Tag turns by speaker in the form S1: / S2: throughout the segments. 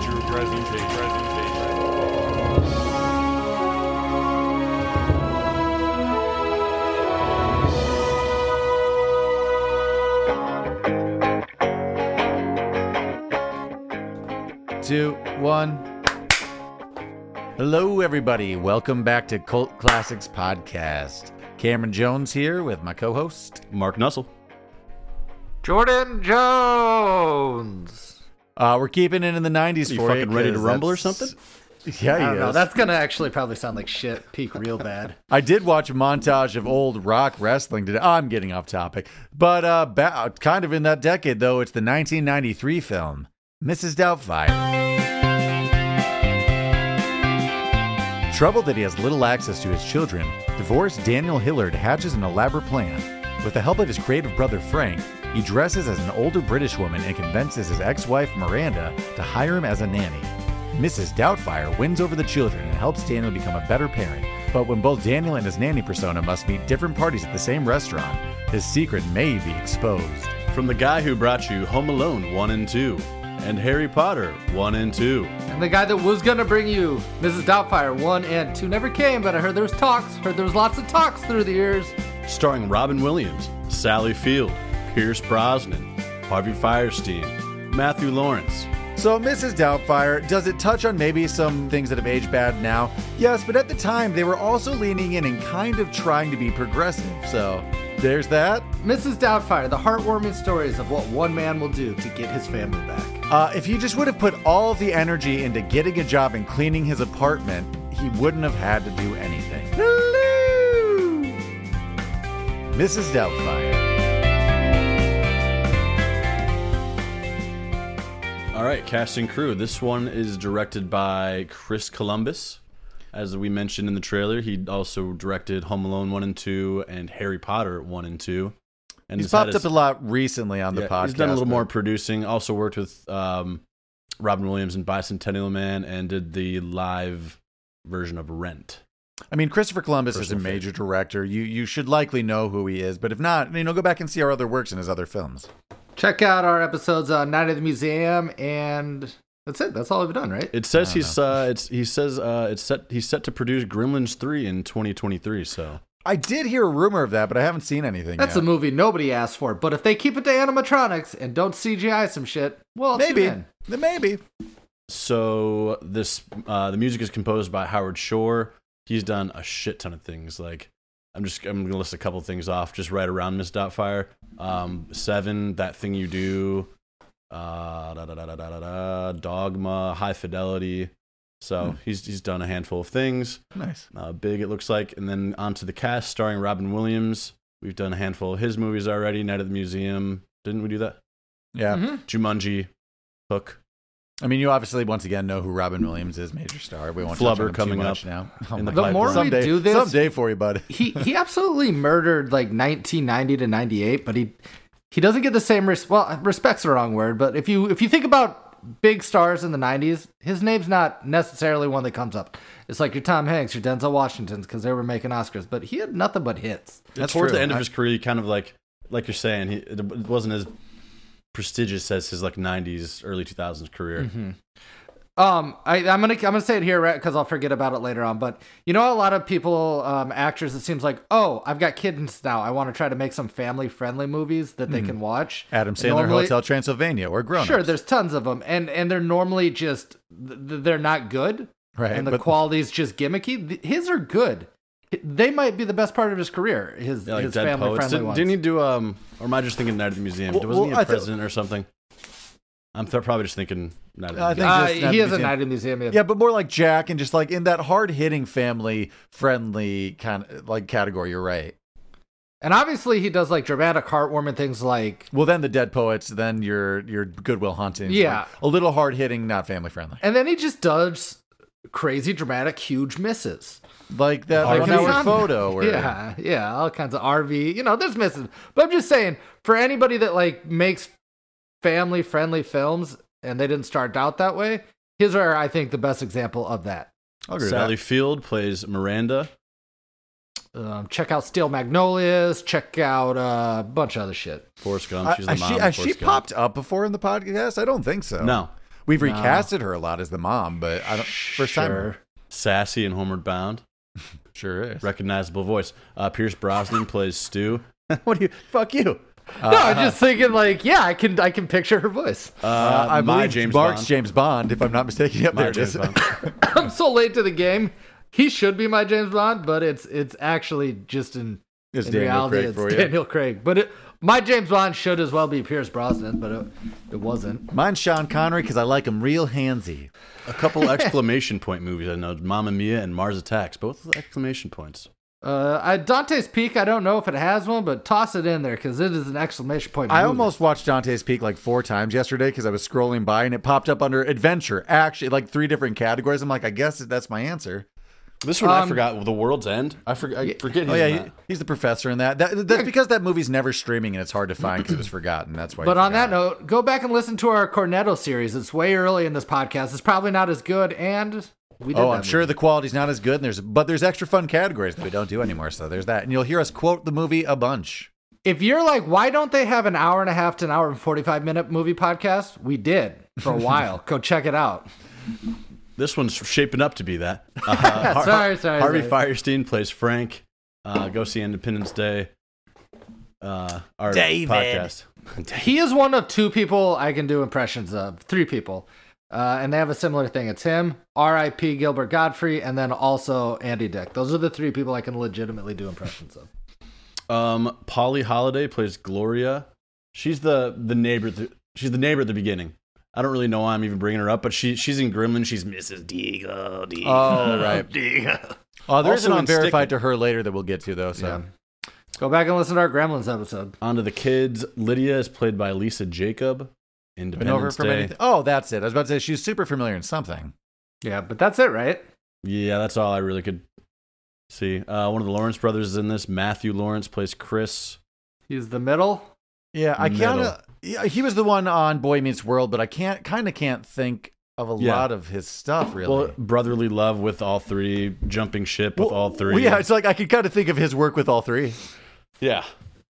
S1: presentation. presentation.
S2: two, one. Hello, everybody. Welcome back to Cult Classics Podcast. Cameron Jones here with my co host.
S3: Mark Nussel.
S4: Jordan Jones.
S2: Uh, we're keeping it in the 90s
S3: You
S2: for
S3: fucking ready to
S2: 'cause
S3: rumble or
S2: that's-
S3: something?
S2: Yeah,
S4: I
S2: he
S4: don't know.
S2: is.
S4: That's gonna actually probably sound like shit. Peak real bad.
S2: I did watch a montage of old rock wrestling today. I'm getting off topic. But uh, ba- kind of in that decade, though, it's the 1993 film, Mrs. Doubtfire. Troubled that he has little access to his children, divorced Daniel Hillard hatches an elaborate plan. With the help of his creative brother Frank, he dresses as an older British woman and convinces his ex wife Miranda to hire him as a nanny. Mrs. Doubtfire wins over the children and helps Daniel become a better parent. But when both Daniel and his nanny persona must meet different parties at the same restaurant, his secret may be exposed.
S3: From the guy who brought you Home Alone 1 and 2 and Harry Potter 1 and 2.
S4: And the guy that was gonna bring you Mrs. Doubtfire one and two never came, but I heard there was talks. Heard there was lots of talks through the years.
S3: Starring Robin Williams, Sally Field, Pierce Brosnan, Harvey Firestein, Matthew Lawrence.
S2: So, Mrs. Doubtfire, does it touch on maybe some things that have aged bad now? Yes, but at the time they were also leaning in and kind of trying to be progressive. So, there's that.
S4: Mrs. Doubtfire, the heartwarming stories of what one man will do to get his family back.
S2: Uh, if he just would have put all of the energy into getting a job and cleaning his apartment, he wouldn't have had to do anything. Hello! Mrs. Doubtfire.
S3: All right, cast and crew. This one is directed by Chris Columbus. As we mentioned in the trailer, he also directed Home Alone 1 and 2 and Harry Potter 1 and 2. And
S2: He's
S3: has had
S2: popped
S3: his-
S2: up a lot recently on the
S3: Yeah,
S2: podcast.
S3: He's done a little
S2: but-
S3: more producing. Also worked with um, Robin Williams and Bicentennial Man, and did the live version of Rent.
S2: I mean, Christopher Columbus is a
S3: Personal favorite.
S2: major director. You you should likely know who he is, but if not, you know, go back and see our other works and his other films.
S4: Check out our episodes on Night of the Museum, and that's it. That's all we've done, right?
S3: It says
S2: I don't
S3: he's uh, it's he says uh, it's set he's set to produce Gremlins three in 2023. So
S2: I did hear a rumor of that, but I haven't seen anything.
S4: That's
S2: yet.
S4: a movie nobody asked for, but if they keep it to animatronics and don't CGI some shit, well,
S2: maybe.
S4: in.
S2: The maybe.
S3: so this uh, the music is composed by Howard Shore. He's done a shit ton of things. Like I'm just I'm gonna list a couple things off just right around Miss Dotfire. Um, Seven, that thing you do. Uh, da, da, da, da, da, da, da, dogma, high fidelity. So he's he's done a handful of things.
S2: Nice.
S3: Uh, big it looks like, and then onto the cast starring Robin Williams. We've done a handful of his movies already. Night at the Museum. Didn't we do that?
S2: Yeah.
S4: Mhm.
S3: Jumanji, Hook.
S2: I mean, you obviously once again know who Robin Williams is, major star. We won't touch
S3: Flubber
S2: on him
S3: coming
S2: too much
S3: up
S2: now. Oh
S3: in
S2: my
S3: the
S2: God.
S3: more we
S2: someday,
S4: do this-
S2: someday for you, bud.
S4: he he absolutely murdered like 1990 to 98 but he he doesn't get the same res- well respect's the wrong word but if you if you think about big stars in the 90s his name's not necessarily one that comes up it's like your tom hanks your denzel washingtons because they were making oscars but he had nothing but hits
S2: That's
S3: towards
S2: true.
S3: the end
S2: I-
S3: of his career, he kind of like like you're saying, he it wasn't as prestigious as his like '90s, early 2000s career.
S2: Mm-hmm.
S4: Um, I, I'm gonna I'm gonna say it here right because I'll forget about it later on. But you know, a lot of people, um, actors, it seems like, oh, I've got kids now. I want to try to make some family friendly movies that they can watch.
S2: Mm-hmm. Adam
S4: And
S2: Sandler
S4: normally-
S2: Hotel Transylvania or grown
S4: Sure, there's tons of them, and and they're normally just th- th- they're not good,
S2: Right,
S4: And the
S2: but-
S4: quality's just gimmicky. Th- His are good. H- They might be the best part of his career. His
S3: Yeah, like
S4: his
S3: Dead
S4: family
S3: Poets.
S4: friendly
S3: Didn't,
S4: ones.
S3: didn't he do? Um, or am I just thinking Night at the Museum?
S2: Well-
S3: Wasn't
S2: well,
S3: he
S2: I
S3: a
S2: thought-
S3: president or something? I'm th- probably just thinking Night at the
S2: I
S3: Museum.
S2: think
S4: Uh,
S2: just-
S4: he has a
S2: Museum.
S4: night in the museum. Yeah.
S2: Yeah, but more like Jack and just like in that hard hitting family friendly kind of like category. You're right.
S4: and obviously he does like dramatic, heartwarming things like.
S2: Well, then the Dead Poets, then your your Goodwill Hunting.
S4: Yeah.
S2: Like, a little hard hitting, not family friendly.
S4: And then he just does crazy, dramatic, huge misses.
S2: Like that
S3: Like
S2: like
S3: his
S2: our
S4: son.
S2: photo. Or,
S4: Yeah, yeah, all kinds of RV. You know, there's misses. But I'm just saying, for anybody that like makes family friendly films and they didn't start out that way, his are, I think, the best example of that.
S2: I'll agree with
S3: Sally
S2: that.
S3: Field plays Miranda.
S4: Um, check out Steel Magnolias. Check out uh, a bunch of other shit.
S3: Forrest Gump.
S2: I-
S3: She's the
S2: I-
S3: mom.
S2: she
S3: in
S2: has she
S3: Forrest Gump.
S2: popped up before in the podcast? I don't think so.
S3: No.
S2: We've recasted her a lot as the mom, but I don't. First time,
S4: Sure.
S3: Sassy and Homeward Bound,
S2: sure is.
S3: recognizable voice. Uh, Pierce Brosnan plays Stu. what do you? Fuck you.
S4: no, I'm just thinking like, yeah, I can I can picture her voice.
S3: Uh,
S2: Uh, I
S3: my
S2: believe
S3: James
S2: Mark's
S3: Bond.
S2: James Bond, if I'm not mistaken. Yep,
S3: My
S2: there it is.
S3: James Bond.
S4: I'm so late to the game. He should be my James Bond, but it's it's actually just in,
S2: It's
S4: in
S2: Daniel
S4: reality
S2: Craig
S4: it's
S2: for you.
S4: Daniel Craig. But it, my James Bond should as well be Pierce Brosnan, but it, it wasn't.
S2: Mine's Sean Connery because I like him real handsy.
S3: A couple exclamation point movies I know: Mamma Mia and Mars Attacks. Both with exclamation points.
S4: Uh, I, Dante's Peak. I don't know if it has one, but toss it in there because it is an exclamation point.
S2: I
S4: movie.
S2: almost watched Dante's Peak like four times yesterday because I was scrolling by and it popped up under adventure, action, like three different categories. I'm like, I guess that's my answer.
S3: This one I
S4: Um,
S3: forgot. The World's End. I forget. I forget.
S2: Oh
S3: he's
S2: yeah,
S3: in
S2: he,
S3: that.
S2: he's the professor in that. that that's because that movie's never streaming and it's hard to find because it was forgotten. That's why. you
S4: But on
S2: forgot
S4: that
S2: it.
S4: note, go back and listen to our Cornetto series. It's way early in this podcast. It's probably not as good, and we did.
S2: oh,
S4: that
S2: I'm sure
S4: movie.
S2: the quality's not as good. And there's but there's extra fun categories that we don't do anymore. So there's that, and you'll hear us quote the movie a bunch.
S4: If you're like, why don't they have an hour and a half to an hour and 45 minute movie podcast? We did for a while. go check it out.
S3: This one's shaping up to be that. Uh, Har-
S4: Sorry, sorry,
S3: Harvey Firestein plays Frank. Uh, go see Independence Day. Uh, our
S2: David.
S3: podcast.
S4: He is one of two people I can do impressions of, three people. Uh, and they have a similar thing. It's him, R.I.P. Gilbert Godfrey, and then also Andy Dick. Those are the three people I can legitimately do impressions of.
S3: Um, Polly Holiday plays Gloria. She's the the neighbor. Th- she's the neighbor at the beginning. I don't really know why I'm even bringing her up, but she she's in Gremlin. She's Mrs. Deagle. Deagle
S2: Oh, right.
S3: Deagle.
S2: Oh, there's
S3: Also
S2: an
S3: in Stick-
S2: unverified to her later that we'll get to though. So
S4: Yeah. Go back and listen to our Gremlins episode.
S3: Onto the kids. Lydia is played by Lisa Jacob.
S2: been over
S3: Independence
S2: from
S3: Day.
S2: anything. Oh, that's it. I was about to say she's super familiar in something.
S4: Yeah, but that's it, right?
S3: Yeah, that's all I really could see. Uh, one of the Lawrence brothers is in this. Matthew Lawrence plays Chris.
S4: He's the middle.
S2: Yeah, I
S3: Middle.
S2: kind of. Yeah, he was the one on Boy Meets World, but I can't kind of can't think of a
S3: Yeah.
S2: lot of his stuff really.
S3: Well, brotherly love with all three, jumping ship with
S2: Well,
S3: all three.
S2: well, yeah, it's like I could kind of think of his work with all three.
S3: Yeah,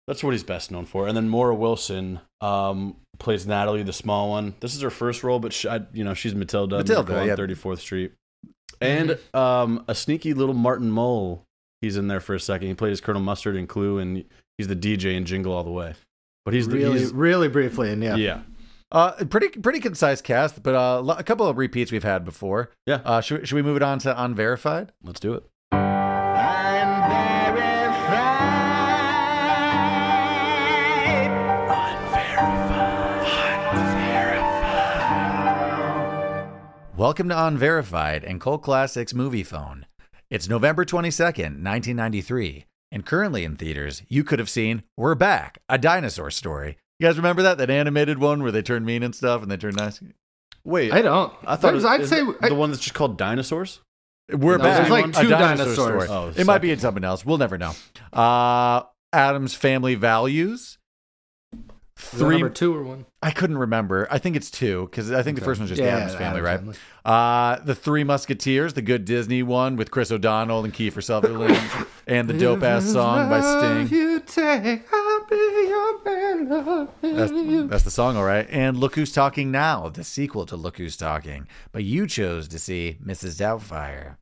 S3: that's what he's best known for. And then Maura Wilson um, plays Natalie, the small one. This is her first role, but she, I, you know she's Matilda,
S2: Matilda,
S3: Miracle on
S2: yeah.
S3: 34th Street. And um, a sneaky little Martin Mole. He's in there for a second. He plays Colonel Mustard and Clue, and he's the DJ in Jingle All the Way. But he's the
S4: really,
S3: he's,
S4: really briefly, and yeah.
S3: yeah.
S2: Uh, pretty pretty concise cast, but uh, lo- a couple of repeats we've had before.
S3: Yeah.
S2: Uh, should, should we move it on to unverified?
S3: Let's do it.
S2: Welcome to Unverified and Cult Classics Movie Phone. It's November 22nd, 1993, and currently in theaters, you could have seen We're Back, a dinosaur story. You guys remember that? That animated one where they turn mean and stuff and they turn nice?
S3: Wait,
S4: I don't.
S3: I thought it was,
S4: I'd
S3: is
S4: say
S3: it
S4: I-
S3: the one that's just called Dinosaurs.
S2: We're
S4: No,
S2: back.
S4: there's like
S2: A
S4: two
S2: dinosaur
S4: dinosaurs.
S2: story.
S3: Oh,
S2: it might be in something else. We'll never know. Uh, Adam's Family Values.
S4: is there
S2: Three.
S4: number two or one.
S2: I couldn't remember. I think it's two because I think the first one's just
S4: Yeah,
S2: Adam's Family,
S4: Addams
S2: right?
S4: Family.
S2: Uh, the Three Musketeers, the good Disney one with Chris O'Donnell and Kiefer Sutherland, and the dope ass song by Sting.
S4: You take, I'll be your man, I'll be
S2: That's,
S4: you.
S2: that's the song, all right. And Look Who's Talking Now, the sequel to Look Who's Talking. But you chose to see Mrs. Doubtfire.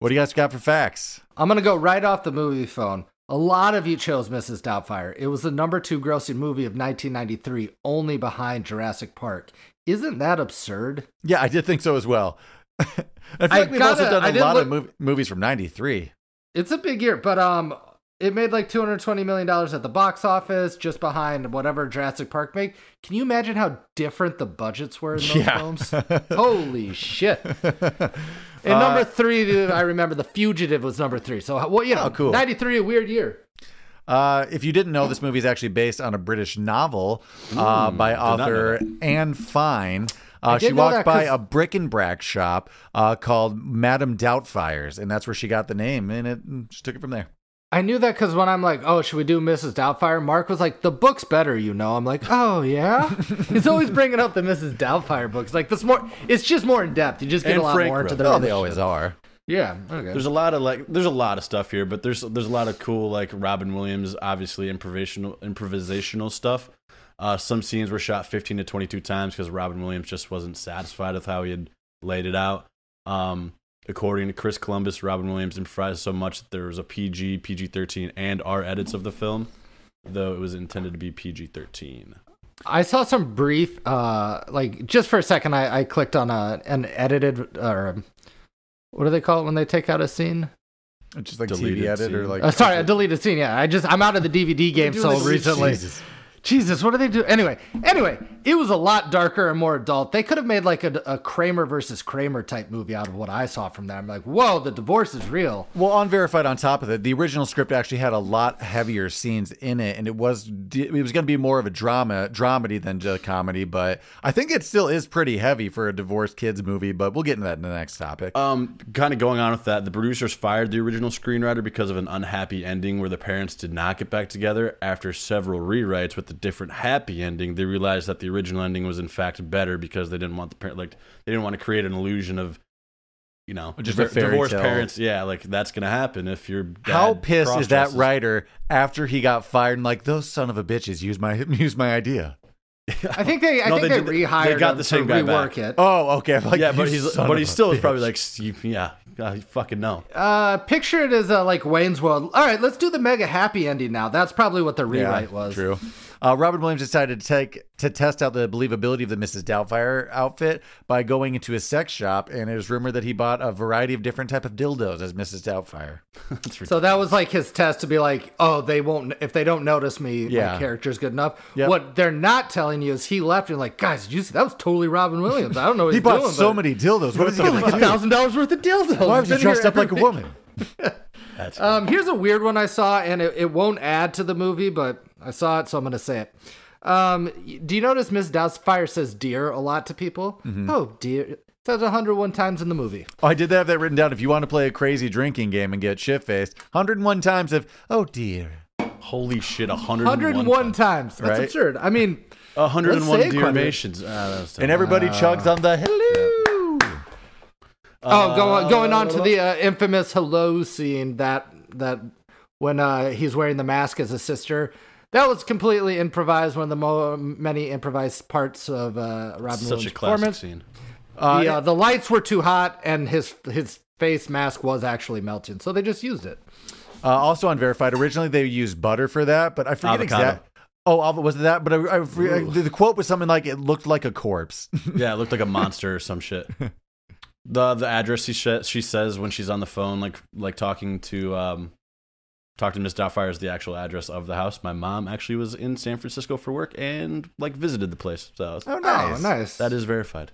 S2: What do you guys got for facts?
S4: I'm gonna go right off the movie phone. A lot of you chose Mrs. Doubtfire. It was the number two grossing movie of 1993, only behind Jurassic Park. Isn't that absurd?
S2: Yeah, I did think so as well. I feel
S4: I
S2: like we've also
S4: gotta-
S2: done
S4: I
S2: a
S4: didn't
S2: lot of
S4: look-
S2: mov- movies from '93.
S4: It's a big year, but um, it made like 220 million dollars at the box office, just behind whatever Jurassic Park made. Can you imagine how different the budgets were in those films? Holy shit! And number three, dude, I remember the Fugitive was number three. So well, you know,
S2: Uh, Oh, cool.
S4: 93, a weird year.
S2: Uh, if you didn't know, this movie is actually based on a British novel uh, by
S3: not know
S2: author Anne Fine. Uh, she
S4: did know
S2: walked
S4: that
S2: by
S4: 'cause-
S2: a brick and brack shop uh, called Madame Doubtfire's, and that's where she got the name, and it and she took it from there.
S4: I knew that because when I'm like, oh, should we do Mrs. Doubtfire? Mark was like, the book's better, you know. I'm like, oh yeah. He's always bringing up the Mrs. Doubtfire books. Like this more, it's just more in depth. You just get
S3: And
S4: a lot
S3: Frank
S4: more into
S3: wrote
S4: the.
S2: Oh, they always are.
S4: Yeah. Okay.
S3: There's a lot of like, there's a lot of stuff here, but there's there's a lot of cool like Robin Williams, obviously improvisational improvisational stuff. Uh, some scenes were shot 15 to 22 times because Robin Williams just wasn't satisfied with how he had laid it out. Um, according to Chris Columbus, Robin Williams improvised so much that there was a PG, PG 13, and R edits of the film, though it was intended to be PG 13.
S4: I saw some brief, uh, like just for a second, I, I clicked on a an edited or um, what do they call it when they take out a scene?
S5: Just like
S3: Deleted
S5: TV edit or
S3: scene.
S5: like.
S4: Uh, sorry, a deleted scene. Yeah, I just I'm out of the DVD game so recently. Jesus. what do they do? Anyway, anyway, it was a lot darker and more adult. They could have made like a, a Kramer versus Kramer type movie out of what I saw from that. I'm like, whoa, the divorce is real.
S2: Well, unverified. On top of it, the original script actually had a lot heavier scenes in it, and it was it was going to be more of a drama dramedy than just comedy. But I think it still is pretty heavy for a divorced kids movie. But we'll get into that in the next topic.
S3: Um, kind of going on with that, the producers fired the original screenwriter because of an unhappy ending where the parents did not get back together. After several rewrites with a different happy ending, they realized that the original ending was in fact better because they didn't want the parent like they didn't want to create an illusion of, you know,
S2: Just a
S3: div-
S2: fairy
S3: divorced
S2: tale.
S3: parents. Yeah, like that's gonna happen if your dad
S2: How pissed is that
S3: cross-dresses.
S2: writer after he got fired and like those son of a bitches used my used my idea?
S4: I think they I
S3: No,
S4: think
S3: they
S4: they,
S3: did- they
S4: rehired
S3: got
S4: him
S3: the same
S4: to
S3: guy
S4: rework
S3: back.
S4: it.
S2: Oh, okay. I'm like,
S3: Yeah, but
S2: "You
S3: he's
S2: son
S3: but
S2: of
S3: he
S2: a
S3: still is
S2: bitch."
S3: probably like "You- yeah, I fucking know.
S4: Uh, picture it as a like Wayne's World. All right, let's do the mega happy ending now. That's probably what the
S2: Yeah,
S4: rewrite was.
S2: True. Uh, Robin Williams decided to take to test out the believability of the Mrs. Doubtfire outfit by going into a sex shop, and it is rumored that he bought a variety of different type of dildos as Mrs. Doubtfire.
S4: So that was like his test to be like, oh, they won't if they don't notice me.
S2: Yeah.
S4: My character's good enough.
S2: Yep.
S4: What they're not telling you is he left and like, guys, did you see that was totally Robin Williams. I don't know what
S2: He
S4: he's
S2: bought
S4: doing,
S2: so
S4: but
S2: many dildos. What is he gonna
S4: It's like a
S2: do?
S4: thousand dollars worth of dildos.
S2: Why was he
S4: Been here
S2: dressed up like a
S4: every-
S2: woman?
S3: That's
S2: Uh,
S4: Um, here's a weird one I saw, and it, it won't add to the movie, but I saw it, so I'm gonna say it. Um, y- do you notice Miss Doubtfire says "dear" a lot to people?
S2: Mm-hmm.
S4: Oh, dear, it says 101 times in the movie.
S2: Oh, I did have that written down. If you want to play a crazy drinking game and get shit faced, 101 times of oh dear.
S3: holy shit, 101
S4: 101
S3: times.
S4: times. That's
S2: Right?
S4: absurd. I mean, Let's
S3: 101
S4: say quite a bit.
S3: Dalmatians. Ah, that was
S2: And everybody chugs on the hello.
S4: oh, going going on to the uh, infamous hello scene that that when uh, he's wearing the mask as a sister. That was completely improvised. One of the mo- many improvised parts of uh, Robin
S3: such
S4: Williams'
S3: a classic
S4: performance.
S3: scene.
S4: the, uh, the lights were too hot and his his face mask was actually melting so they just used it
S2: Uh, also unverified. Originally, they used butter for that, but I forget
S3: Avocado.
S2: exactly. Oh, av- was it that? But I, I, fre- the, the quote was something like, "It looked like a corpse."
S3: Yeah, it looked like a monster or some shit. The the address she sh- she says when she's on the phone, like like talking to um, talking to Miss Doubtfire is the actual address of the house. My mom actually was in San Francisco for work and like visited the place, so
S2: oh,
S4: oh nice
S3: that is verified.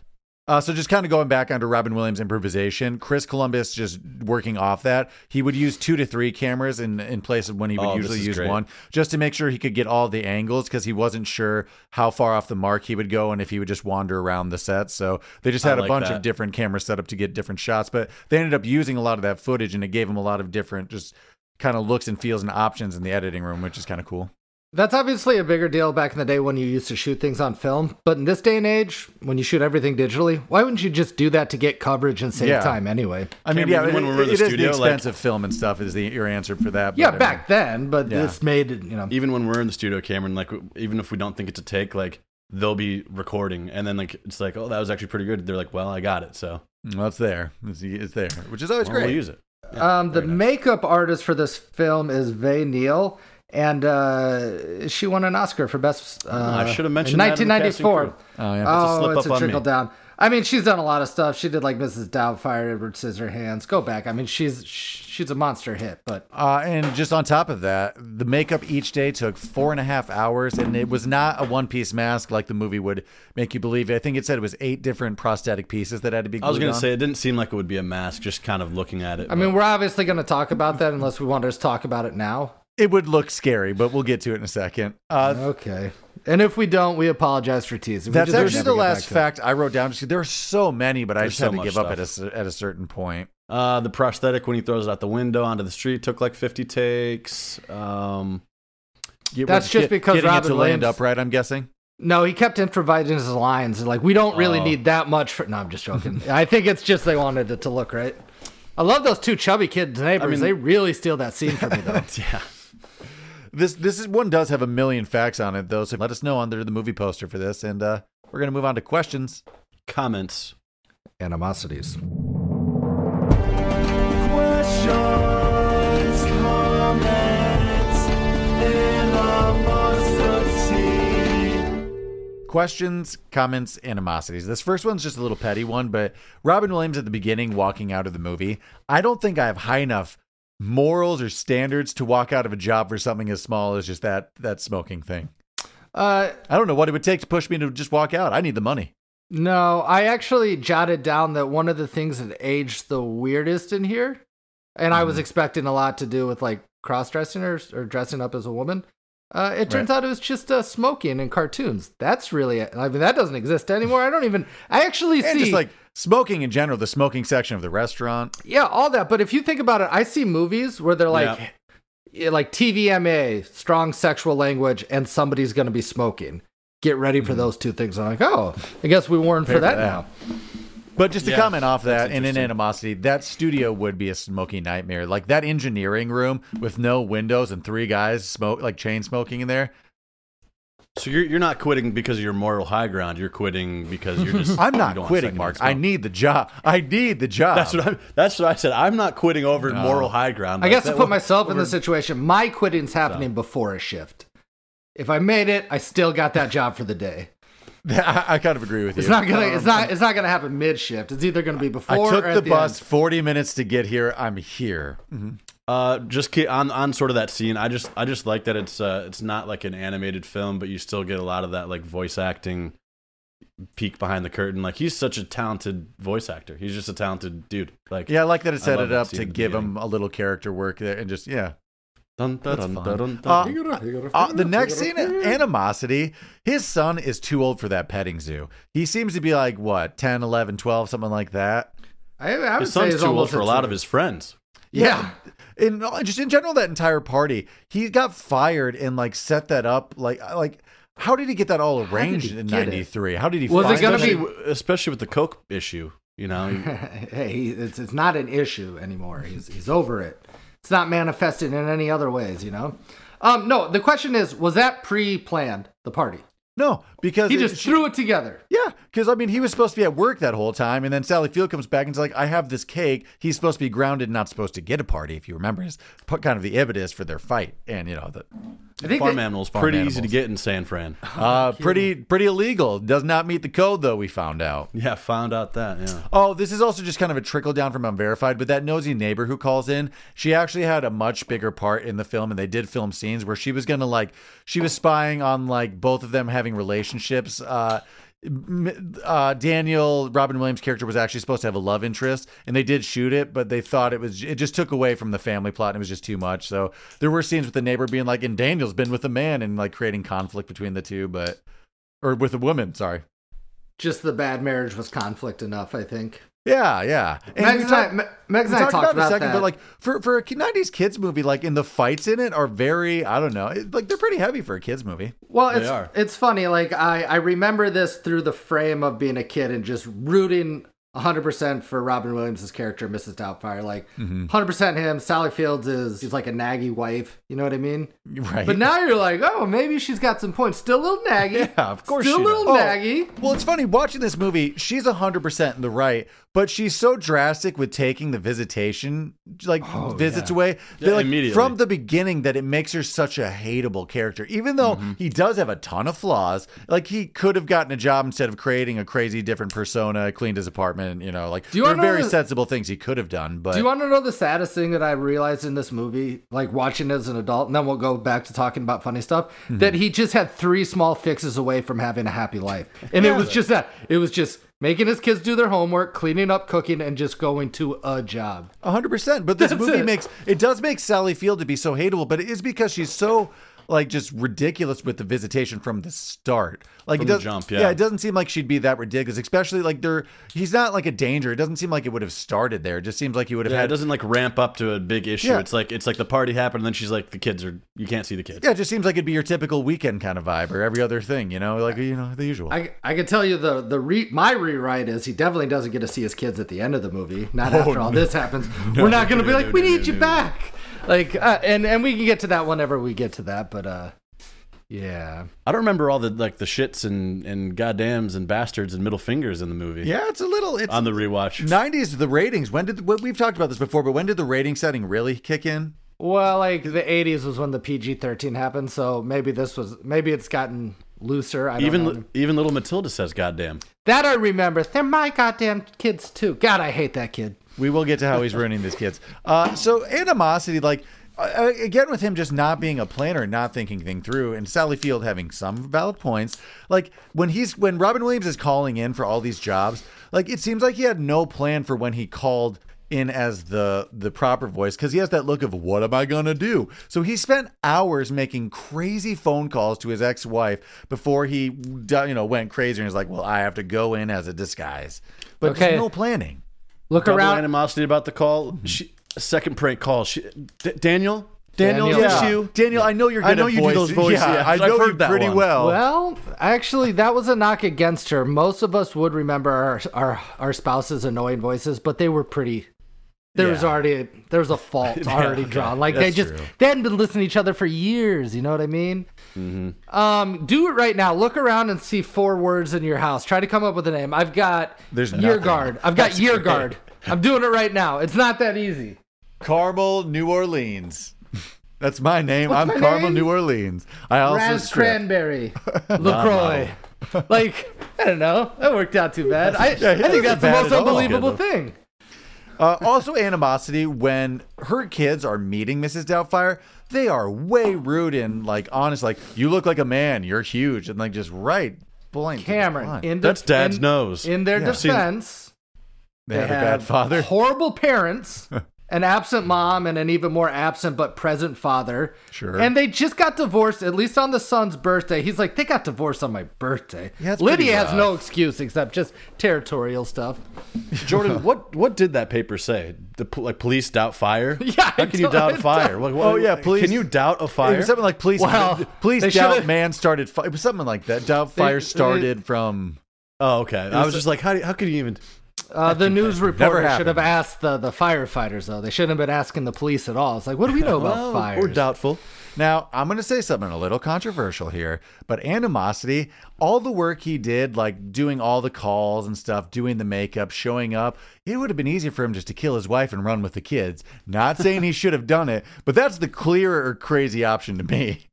S2: Uh, so just kind of going back onto Robin Williams' improvisation, Chris Columbus just working off that. He would use two to three cameras in, in place of when he would
S3: Oh, this
S2: usually
S3: is
S2: use
S3: great.
S2: one, just to make sure he could get all the angles because he wasn't sure how far off the mark he would go and if he would just wander around the set. So they just
S3: I
S2: had a
S3: like
S2: bunch of
S3: that.
S2: different cameras set up to get different shots, but they ended up using a lot of that footage and it gave him a lot of different just kind of looks and feels and options in the editing room, which is kind of cool.
S4: that's obviously a bigger deal back in the day when you used to shoot things on film but in this day and age when you shoot everything digitally why wouldn't you just do that to get coverage and save
S2: Yeah.
S4: time anyway
S2: I mean,
S3: Cameron,
S2: yeah,
S3: even when
S2: it-
S3: we were in the
S2: it is
S3: studio, like-
S2: expensive film and stuff is the, your answer for that. but I
S4: yeah
S2: mean-
S4: back then but
S2: Yeah.
S4: this made it you know
S3: Even when we're in the studio, Cameron, like even if we don't think it's a take, like they'll be recording, and then like it's like, oh, that was actually pretty good. They're like, well, I got it, so
S2: Well, it's there. It's, it's there, which is always
S3: well,
S2: great.
S3: we'll use it.
S4: um, the makeup artist for this film is Vay Neal, and uh, she won an Oscar for best. Uh,
S3: Oh, I should have mentioned that in the casting
S4: 1994.
S3: crew.
S2: Oh, yeah.
S3: That's a
S4: oh,
S3: slip
S4: it's
S3: up
S4: a
S3: on
S4: trickle
S3: me.
S4: down. I mean, she's done a lot of stuff. She did like Mrs. Doubtfire, Edward Scissorhands. Go back. I mean, she's sh- she's a monster hit. But
S2: Uh, and just on top of that, the makeup each day took four and a half hours, and it was not a one piece mask like the movie would make you believe. I think it said it was eight different prosthetic pieces that had to be. Glued
S3: I was gonna
S2: on.
S3: say it didn't seem like it would be a mask, just kind of looking at it.
S4: I mean, we're obviously going to talk about that unless we want to just talk about it now.
S2: it would look scary, but we'll get to it in a second. Uh,
S4: Okay. And if we don't, we apologize for teasing. We
S2: that's
S4: just would
S2: actually
S4: never
S2: the
S4: get back
S2: last
S4: to it.
S2: fact I wrote down. Just there are so many, but I
S3: There's
S2: just
S3: so
S2: had to
S3: much
S2: give up at a
S3: stuff.
S2: cer- at a certain point.
S3: Uh, the prosthetic when he throws it out the window onto the street took like 50 takes. Um,
S2: Get-
S4: That's just because
S2: getting
S4: Robin
S2: it to land
S4: Williams-
S2: upright. I'm guessing.
S4: No, he kept improvising his lines. Like, we don't really
S3: Oh.
S4: need that much for. No, I'm just joking. I think it's just they wanted it to look right. I love those two chubby kids neighbors.
S3: mean-
S4: they really steal that scene from me, though.
S3: yeah.
S2: This this is one does have a million facts on it though, so let us know under the movie poster for this, and uh, we're gonna move on to questions.
S3: Comments.
S4: Animosities.
S2: Questions, comments, animosities. This first one's just a little petty one, but Robin Williams at the beginning walking out of the movie. I don't think I have high enough morals or standards to walk out of a job for something as small as just that that smoking thing.
S4: Uh,
S2: I don't know what it would take to push me to just walk out. I need the money.
S4: no, I actually jotted down that one of the things that aged the weirdest in here, and I was expecting a lot to do with like cross dressing or, or dressing up as a woman. Uh, it turns out it was just uh, smoking and cartoons. That's really, I mean, that doesn't exist anymore. I don't even, I actually
S2: And
S4: see.
S2: just like smoking in general, the smoking section of the restaurant.
S4: Yeah, all that. But if you think about it, I see movies where they're like,
S3: Yeah.
S4: yeah, like TVMA, strong sexual language, and somebody's going to be smoking. Get ready for those two things. I'm like, oh, I guess we warned for that,
S2: for that.
S4: now.
S2: But just to
S3: Yeah,
S2: comment off that, and in
S3: interesting.
S2: animosity, that studio would be a smoky nightmare. Like that engineering room with no windows and three guys smoke like chain smoking in there.
S3: So you're you're not quitting because of your moral high ground. You're quitting because you're just.
S2: I'm
S3: you
S2: not
S3: don't want
S2: quitting,
S3: second
S2: Mark.
S3: hand
S2: I
S3: smoke.
S2: need the job. I need the job.
S3: That's what I'm. That's what I said. I'm not quitting over moral high ground.
S4: I
S3: Like,
S4: guess to
S3: that
S4: put
S3: was-
S4: myself in the situation, my quitting's happening before a shift. If I made it, I still got that job for the day.
S2: I, I kind of agree with you.
S4: It's not gonna. It's not. It's not gonna happen mid shift. It's either gonna be before.
S2: um, I took
S4: or at
S2: the, bus
S4: end.
S2: 40 minutes to get here. I'm here. Mhm.
S3: Uh, just ki- on on sort of that scene. I just I just like that it's uh it's not like an animated film, but you still get a lot of that like voice acting peek behind the curtain. Like he's such a talented voice actor. He's just a talented dude. Like
S2: Yeah, I like that it set
S3: love
S2: it
S3: that
S2: up
S3: scene
S2: to
S3: at the
S2: give him a little character work there and just, yeah.
S3: Dun, dun,
S2: That's
S3: dun,
S2: fun.
S3: dun, dun,
S2: Uh,
S3: dun.
S2: Uh, the next scene, animosity. His son is too old for that petting zoo. He seems to be like, what, 10, 11, 12, something like that.
S4: I, I would
S3: his
S4: say
S3: son's
S4: it's
S3: too old
S4: almost
S3: for a lot of his friends.
S2: Yeah. In just in general, that entire party, he got fired and like set that up. Like, like how did he get that all arranged in
S4: get it?
S2: '93? How did he?
S4: Was it
S2: find
S4: gonna
S2: that?
S4: be-
S3: especially, especially with the coke issue. You know,
S4: hey, he- it's it's not an issue anymore. He's he's over it. It's not manifested in any other ways, you know. Um, no, the question is, was that pre-planned? The party.
S2: No, because
S4: He
S2: it-
S4: just
S2: she-
S4: threw it together.
S2: Yeah, because I mean, he was supposed to be at work that whole time, and then Sally Field comes back and's like, "I have this cake." He's supposed to be grounded, not supposed to get a party. If you remember, is p- kind of the impetus for their fight, and you know, the,
S4: I think
S3: farm
S4: that-
S3: animals
S2: Farm
S3: pretty easy to
S2: animals.
S3: get in San Fran.
S2: uh, pretty pretty illegal. Does not meet the code, though. We found out.
S3: Yeah, found out that. Yeah.
S2: Oh, this is also just kind of a trickle down from Unverified, but that nosy neighbor who calls in, she actually had a much bigger part in the film, and they did film scenes where she was gonna like, she was spying on like both of them having relationships. Uh, m- uh, Daniel Robin Williams' character was actually supposed to have a love interest, and they did shoot it, but they thought it was it just took away from the family plot, and it was just too much. So there were scenes with the neighbor being like, and Daniel's been with a man, and like creating conflict between the two, but or with a woman, sorry.
S4: just the bad marriage was conflict enough. I think.
S2: Yeah, yeah. And
S4: Megs
S2: we
S4: and I,
S2: talked-
S4: Me- Megs and
S2: we
S4: I
S2: talked about, it
S4: talked
S2: in a
S4: about
S2: second,
S4: that.
S2: but like for for a '90s kids movie, like in the fights in it are very I don't know, it, like they're pretty heavy for a kids movie.
S4: well,
S3: They
S4: it's
S3: are.
S4: it's funny. Like I I remember this through the frame of being a kid and just rooting. 100% for Robin Williams' character, Mrs. Doubtfire. Like,
S2: Mm-hmm.
S4: 100% him. Sally Fields is, she's like a naggy wife. You know what I mean?
S2: Right.
S4: But now you're like, oh, maybe she's got some points. Still a little naggy.
S2: Yeah, of course
S4: Still
S2: she
S4: a little
S2: does. Oh.
S4: naggy.
S2: well, it's funny watching this movie. She's hundred percent in the right, but she's so drastic with taking the visitation like
S4: Oh,
S2: visits away. They,
S3: Yeah,
S2: like,
S3: immediately.
S2: from the beginning that it makes her such a hateable character. Even though
S3: Mm-hmm.
S2: he does have a ton of flaws, like he could have gotten a job instead of creating a crazy different persona, cleaned his apartment. You know, like
S4: you
S2: there are
S4: wanna know
S2: very
S4: the-
S2: sensible things he could have done. But
S4: Do you want to know the saddest thing that I realized in this movie, like watching it as an adult, and then we'll go back to talking about funny stuff? That he just had three small fixes away from having a happy life. And it was just that. It was just making his kids do their homework, cleaning up, cooking, and just going to a job.
S2: A hundred percent. But this
S4: That's
S2: movie
S4: it.
S2: makes it does make Sally Field to be so hateable, but it is because she's so like just ridiculous with the visitation from the start. Like it
S3: From the
S2: does,
S3: jump, yeah.
S2: it doesn't seem like she'd be that ridiculous, especially like there he's not like a danger. It doesn't seem like it would have started there. It just seems like he would have
S3: Yeah, it
S2: had
S3: doesn't like ramp up to a big issue.
S2: Yeah.
S3: It's like it's like the party happened, and then she's like, the kids are you can't see the kids.
S2: yeah, it just seems like it'd be your typical weekend kind of vibe or every other thing, you know, like you know, the usual.
S4: I, I can tell you the the re, my rewrite is he definitely doesn't
S3: Oh,
S4: get to see his kids at the end of the movie. Not after all this happens. We're not going to be like, we need you back. like, uh, and and we can get to that whenever we get to that. But uh, yeah,
S3: I don't remember all the like the shits and and goddams and bastards and middle fingers in the movie.
S2: Yeah, it's a little. It's
S3: On the rewatch,
S2: 90s. The ratings. When did what, we've talked about this before? But when did the rating setting really kick in?
S4: well, like the '80s was when the PG-13 happened, so maybe this was maybe it's gotten looser. I don't
S3: even
S4: know.
S3: even little Matilda says, "Goddamn."
S4: that I remember. They're my goddamn kids too. God, I hate that kid.
S2: We will get to how he's ruining these kids. Uh, so animosity, like uh, again with him just not being a planner and not thinking thing through, and Sally Field having some valid points. Like when he's when Robin Williams is calling in for all these jobs, like it seems like he had no plan for when he called in as the the proper voice because he has that look of what am I gonna do? So he spent hours making crazy phone calls to his ex wife before he you know went crazy and was like, well, I have to go in as a disguise, but
S4: Okay.
S2: there's no planning.
S4: Look
S3: Double
S4: around.
S3: animosity about the call. She, second prank call. She, D- Daniel.
S4: Daniel,
S3: Daniel,
S4: yeah.
S3: yeah. you.
S2: Daniel, I know you're good
S3: I know
S2: at
S3: you do
S2: voice-
S3: those voices.
S2: Yeah,
S3: Yeah,
S2: I
S3: I've
S2: know you
S3: heard that
S2: pretty
S3: one.
S2: well.
S4: Well, actually, that was a knock against her. Most of us would remember our our, our spouses' annoying voices, but they were pretty. There was
S3: Yeah.
S4: already there was a fault already drawn. Like they
S3: that's
S4: just
S3: true.
S4: they hadn't been listening to each other for years. You know what I mean? Um, do it right now. Look around and see four words in your house. Try to come up with a name. I've got
S2: There's
S4: year
S2: nothing.
S4: guard. I've got year guard. I'm doing it right now. It's not that easy.
S2: Carmel, New Orleans. That's my name.
S4: What's
S2: I'm
S4: my
S2: Carmel,
S4: name?
S2: New Orleans. I also
S4: Raz
S2: strip.
S4: Cranberry, Lacroix. like I don't know, that worked out too bad. I, I think
S2: wasn't
S4: that's the
S2: bad
S4: most
S2: at all.
S4: unbelievable
S3: Good,
S4: thing.
S2: Uh, also, animosity when her kids are meeting Mrs. Doubtfire. They are way rude and like honest. Like you look like a man. You're huge and like just right. Blank.
S4: Cameron, in
S3: That's Dad's
S4: in,
S3: nose.
S4: In their
S2: Yeah.
S3: See-
S4: defense,
S2: they had a bad
S4: had
S2: father.
S4: horrible parents, an absent mom, and an even more absent but present father.
S2: Sure.
S4: And they just got divorced. At least on the son's birthday, he's like, they got divorced on my birthday.
S2: Yeah, it's pretty
S4: Lydia has
S2: rough.
S4: no excuse except just territorial stuff.
S3: Jordan, what what did that paper say? The po- like police doubt fire.
S4: Yeah, I
S3: how can you
S4: don't- I
S3: doubt fire?
S4: don't-
S3: Like,
S2: Oh, yeah, police-
S3: Can you doubt a
S2: It
S3: fire?
S2: was something like police.
S4: Wow.
S2: police
S4: They
S2: doubt
S4: should've-
S2: man started. Fi- it was something like that. Doubt
S4: They-
S2: fire
S4: they-
S2: started from.
S3: oh, okay. I was just like, how do, how could you even?
S4: Uh, the news reporter should
S2: happened.
S4: have asked the, the firefighters though. They shouldn't have been asking the police at all. It's like, what do we know about
S3: Oh,
S4: fires?
S3: We're doubtful.
S2: Now, I'm going to say something a little controversial here, but Animosity, all the work he did, like doing all the calls and stuff, doing the makeup, showing up, it would have been easier for him just to kill his wife and run with the kids. Not saying he should have done it, but that's the clearer crazy option to me.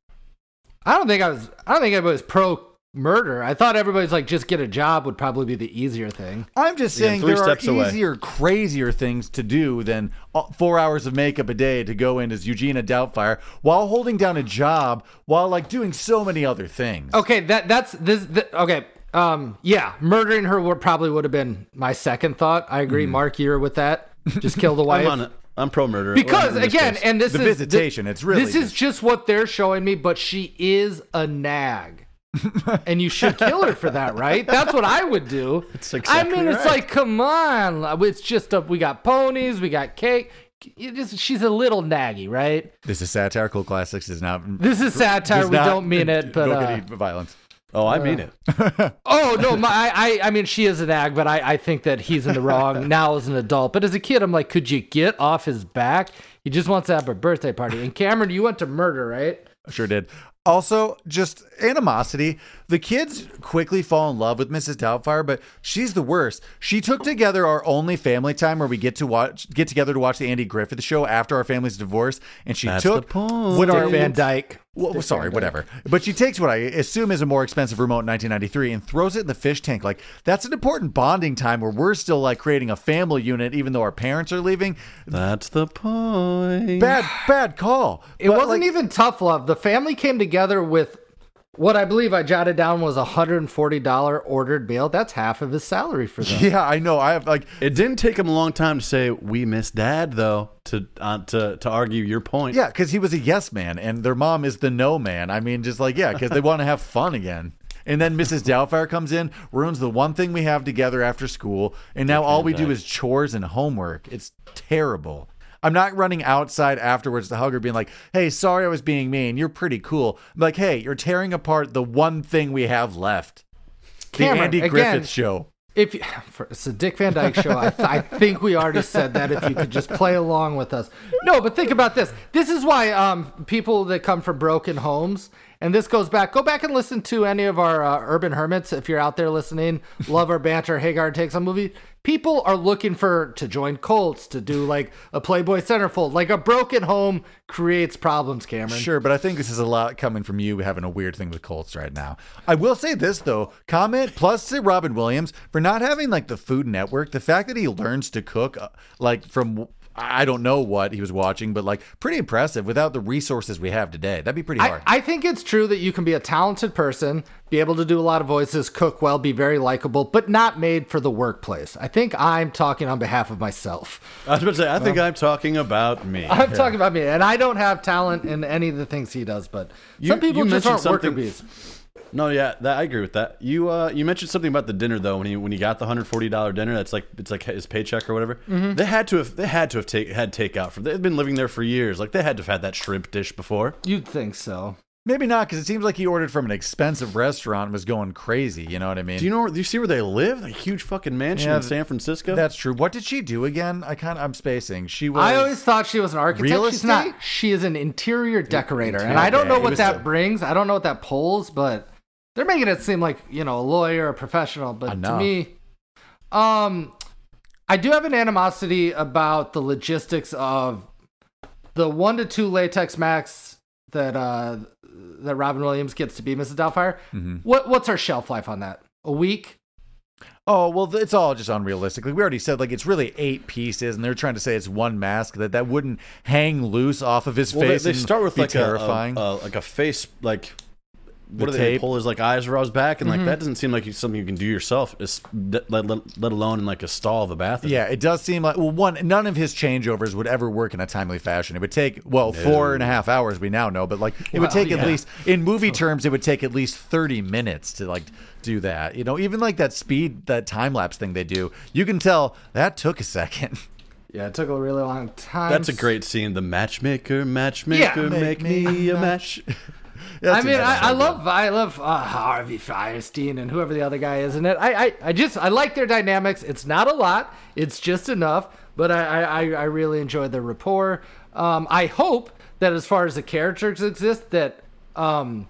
S4: I don't think I was. I don't think everybody was pro murder. I thought everybody's like just get a job would probably be the easier thing.
S2: I'm just
S3: Yeah,
S2: saying
S3: three
S2: there
S3: steps
S2: are
S3: away.
S2: easier, crazier things to do than uh, four hours of makeup a day to go in as Eugenia Doubtfire while holding down a job while like doing so many other things.
S4: Okay, that that's this. th okay, um, yeah, murdering her would probably would have been my second thought. I agree, Mark. You're with that. Just kill the wife.
S3: Mm-hmm. I'm on it. I'm pro murder.
S4: because
S3: Well, in this
S4: again,
S3: case.
S4: and this
S2: The
S4: is
S2: visitation, it's really
S4: this is just what they're showing me. But she is a nag, and you should kill her for that, right? That's what I would do. I
S3: exactly
S4: mean, it's
S3: right.
S4: like, come on, it's just a, we got ponies, we got cake. You just, she's a little naggy, right?
S2: This is satirical classics. Is not
S4: This is satire.
S2: does
S4: We
S2: not
S4: don't mean it, but
S2: invoke
S4: uh,
S2: any violence.
S3: oh, I mean it.
S4: oh no, my, I, I, I mean, she is an ag, but I, I think that he's in the wrong now as an adult. But as a kid, I'm like, could you get off his back? He just wants to have a birthday party. And Cameron, you went to murder, right?
S2: Sure did. Also, just animosity. The kids quickly fall in love with Mrs. Doubtfire, but she's the worst. She took together our only family time where we get to watch, get together to watch the Andy Griffith show after our family's divorce, and she
S3: That's
S2: took
S3: the point.
S2: what
S3: Dick
S2: our
S4: Van Dyke.
S2: Well, sorry, whatever. But she takes what I assume is a more expensive remote in 1993 and throws it in the fish tank. Like that's an important bonding time where we're still like creating a family unit, even though our parents are leaving.
S3: That's the point.
S2: Bad, bad call.
S4: It wasn't even tough love. The family came together with what I believe I jotted down was a $140 ordered meal. That's half of his salary for them.
S2: Yeah, I know. I have like
S3: It didn't take him a long time to say we miss dad though to uh, to to argue your point.
S2: Yeah, because he was a yes man, and their mom is the no man. I mean, just like yeah, because they want to have fun again. And then Mrs. Doubtfire comes in, ruins the one thing we have together after school, and now all we do is chores and homework. It's terrible. I'm not running outside afterwards to hug her, being like, "Hey, sorry I was being mean. You're pretty cool." I'm like, "Hey, you're tearing apart the one thing we have left." The
S4: Cameron,
S2: Andy
S4: again-
S2: Griffith Show.
S4: if you, for, it's a Dick Van Dyke show, I, I think we already said that. If you could just play along with us, no, but think about this. This is why um, people that come from broken homes, and this goes back. Go back and listen to any of our uh, Urban Hermits if you're out there listening. Love our banter. Hagar takes on movie. People are looking for to join cults to do like a Playboy centerfold. Like a broken home creates problems, Cameron.
S2: Sure, but I think this is a lot coming from you having a weird thing with Colts right now. I will say this though, comment plus to Robin Williams for not having like the Food Network. The fact that he learns to cook uh, like from I don't know what he was watching, but like pretty impressive without the resources we have today. That'd be pretty hard.
S4: I, I think it's true that you can be a talented person, be able to do a lot of voices, cook well, be very likable, but not made for the workplace. I think I'm talking on behalf of myself.
S3: I was about to say, I think I'm talking about me.
S4: I'm talking about me, and Uh. I don't have talent in any of the things he does, but some people
S3: you
S4: just
S3: mentioned
S4: aren't worker
S3: something-
S4: bees.
S3: No, yeah, that, I agree with that. You uh, you mentioned something about the dinner though. When he when he got the hundred forty dollar dinner, that's like it's like his paycheck or whatever.
S2: Mm-hmm.
S3: They had to have they had to have take, had takeout from. They've been living there for years. Like they had to have had that shrimp dish before.
S4: You'd think so.
S2: Maybe not because it seems like he ordered from an expensive restaurant and was going crazy. You know what I mean?
S3: Do you know? where- Do you see where they live? Like huge fucking mansion
S2: Yeah,
S3: in San Francisco.
S2: That's true. What did she do again? I kind of I'm spacing. She was
S4: I always thought she was an architect.
S2: Real
S4: She's not.
S2: estate?
S4: She is an interior decorator, and I don't
S3: okay.
S4: know
S3: It
S4: what
S3: was
S4: that
S3: a-
S4: brings. I don't know what that pulls, but they're making it seem like you know a lawyer, a professional. But to
S2: Enough.
S4: me, um, I do have an animosity about the logistics of the one to two latex max that uh that Robin Williams gets to be Mrs. Doubtfire.
S3: Mm-hmm.
S4: What what's her shelf life on that? A week?
S2: Oh well, th- it's all just unrealistic. Like we already said, like it's really eight pieces, and they're trying to say it's one mask that that wouldn't hang loose off of his
S3: well, they,
S2: face.
S3: they
S2: and
S3: start with
S2: be
S3: like a-
S2: terrifying.
S3: A, a like a face like.
S2: The
S3: What do they
S2: tape. Mm-hmm.
S3: pull his like eyes rows back and like that doesn't seem like it's something you can do yourself. It's, let, let, let alone in like a stall of a bathroom.
S2: yeah, it does seem like well, one none of his changeovers would ever work in a timely fashion. It would take well four and a half hours we now know, but like it would
S4: Wow,
S2: take
S4: yeah.
S2: at least in movie terms, it would take at least thirty minutes to like do that. You know, even like that speed that time lapse thing they do, you can tell that took a second.
S4: Yeah, it took a really long time.
S3: That's a great scene. The matchmaker, matchmaker,
S4: Yeah.
S3: make, me a match.
S4: I
S2: That's
S4: mean,
S2: another
S4: I, I
S2: show.
S4: love I love uh, Harvey Firestein and whoever the other guy is in it. I, I I just I like their dynamics. It's not a lot. It's just enough. But I I, I- I really enjoyed their rapport. Um, I hope that as far as the characters exist, that um,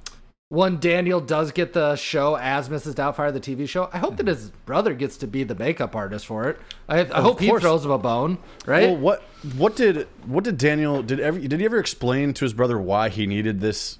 S4: one Daniel does get the show as Mrs. Doubtfire, the TV show. I hope that his brother gets to be the makeup artist for it. I, I hope he
S3: course.
S4: throws him a bone, right?
S3: well, what what did what did Daniel did every did he ever explain to his brother why he needed this?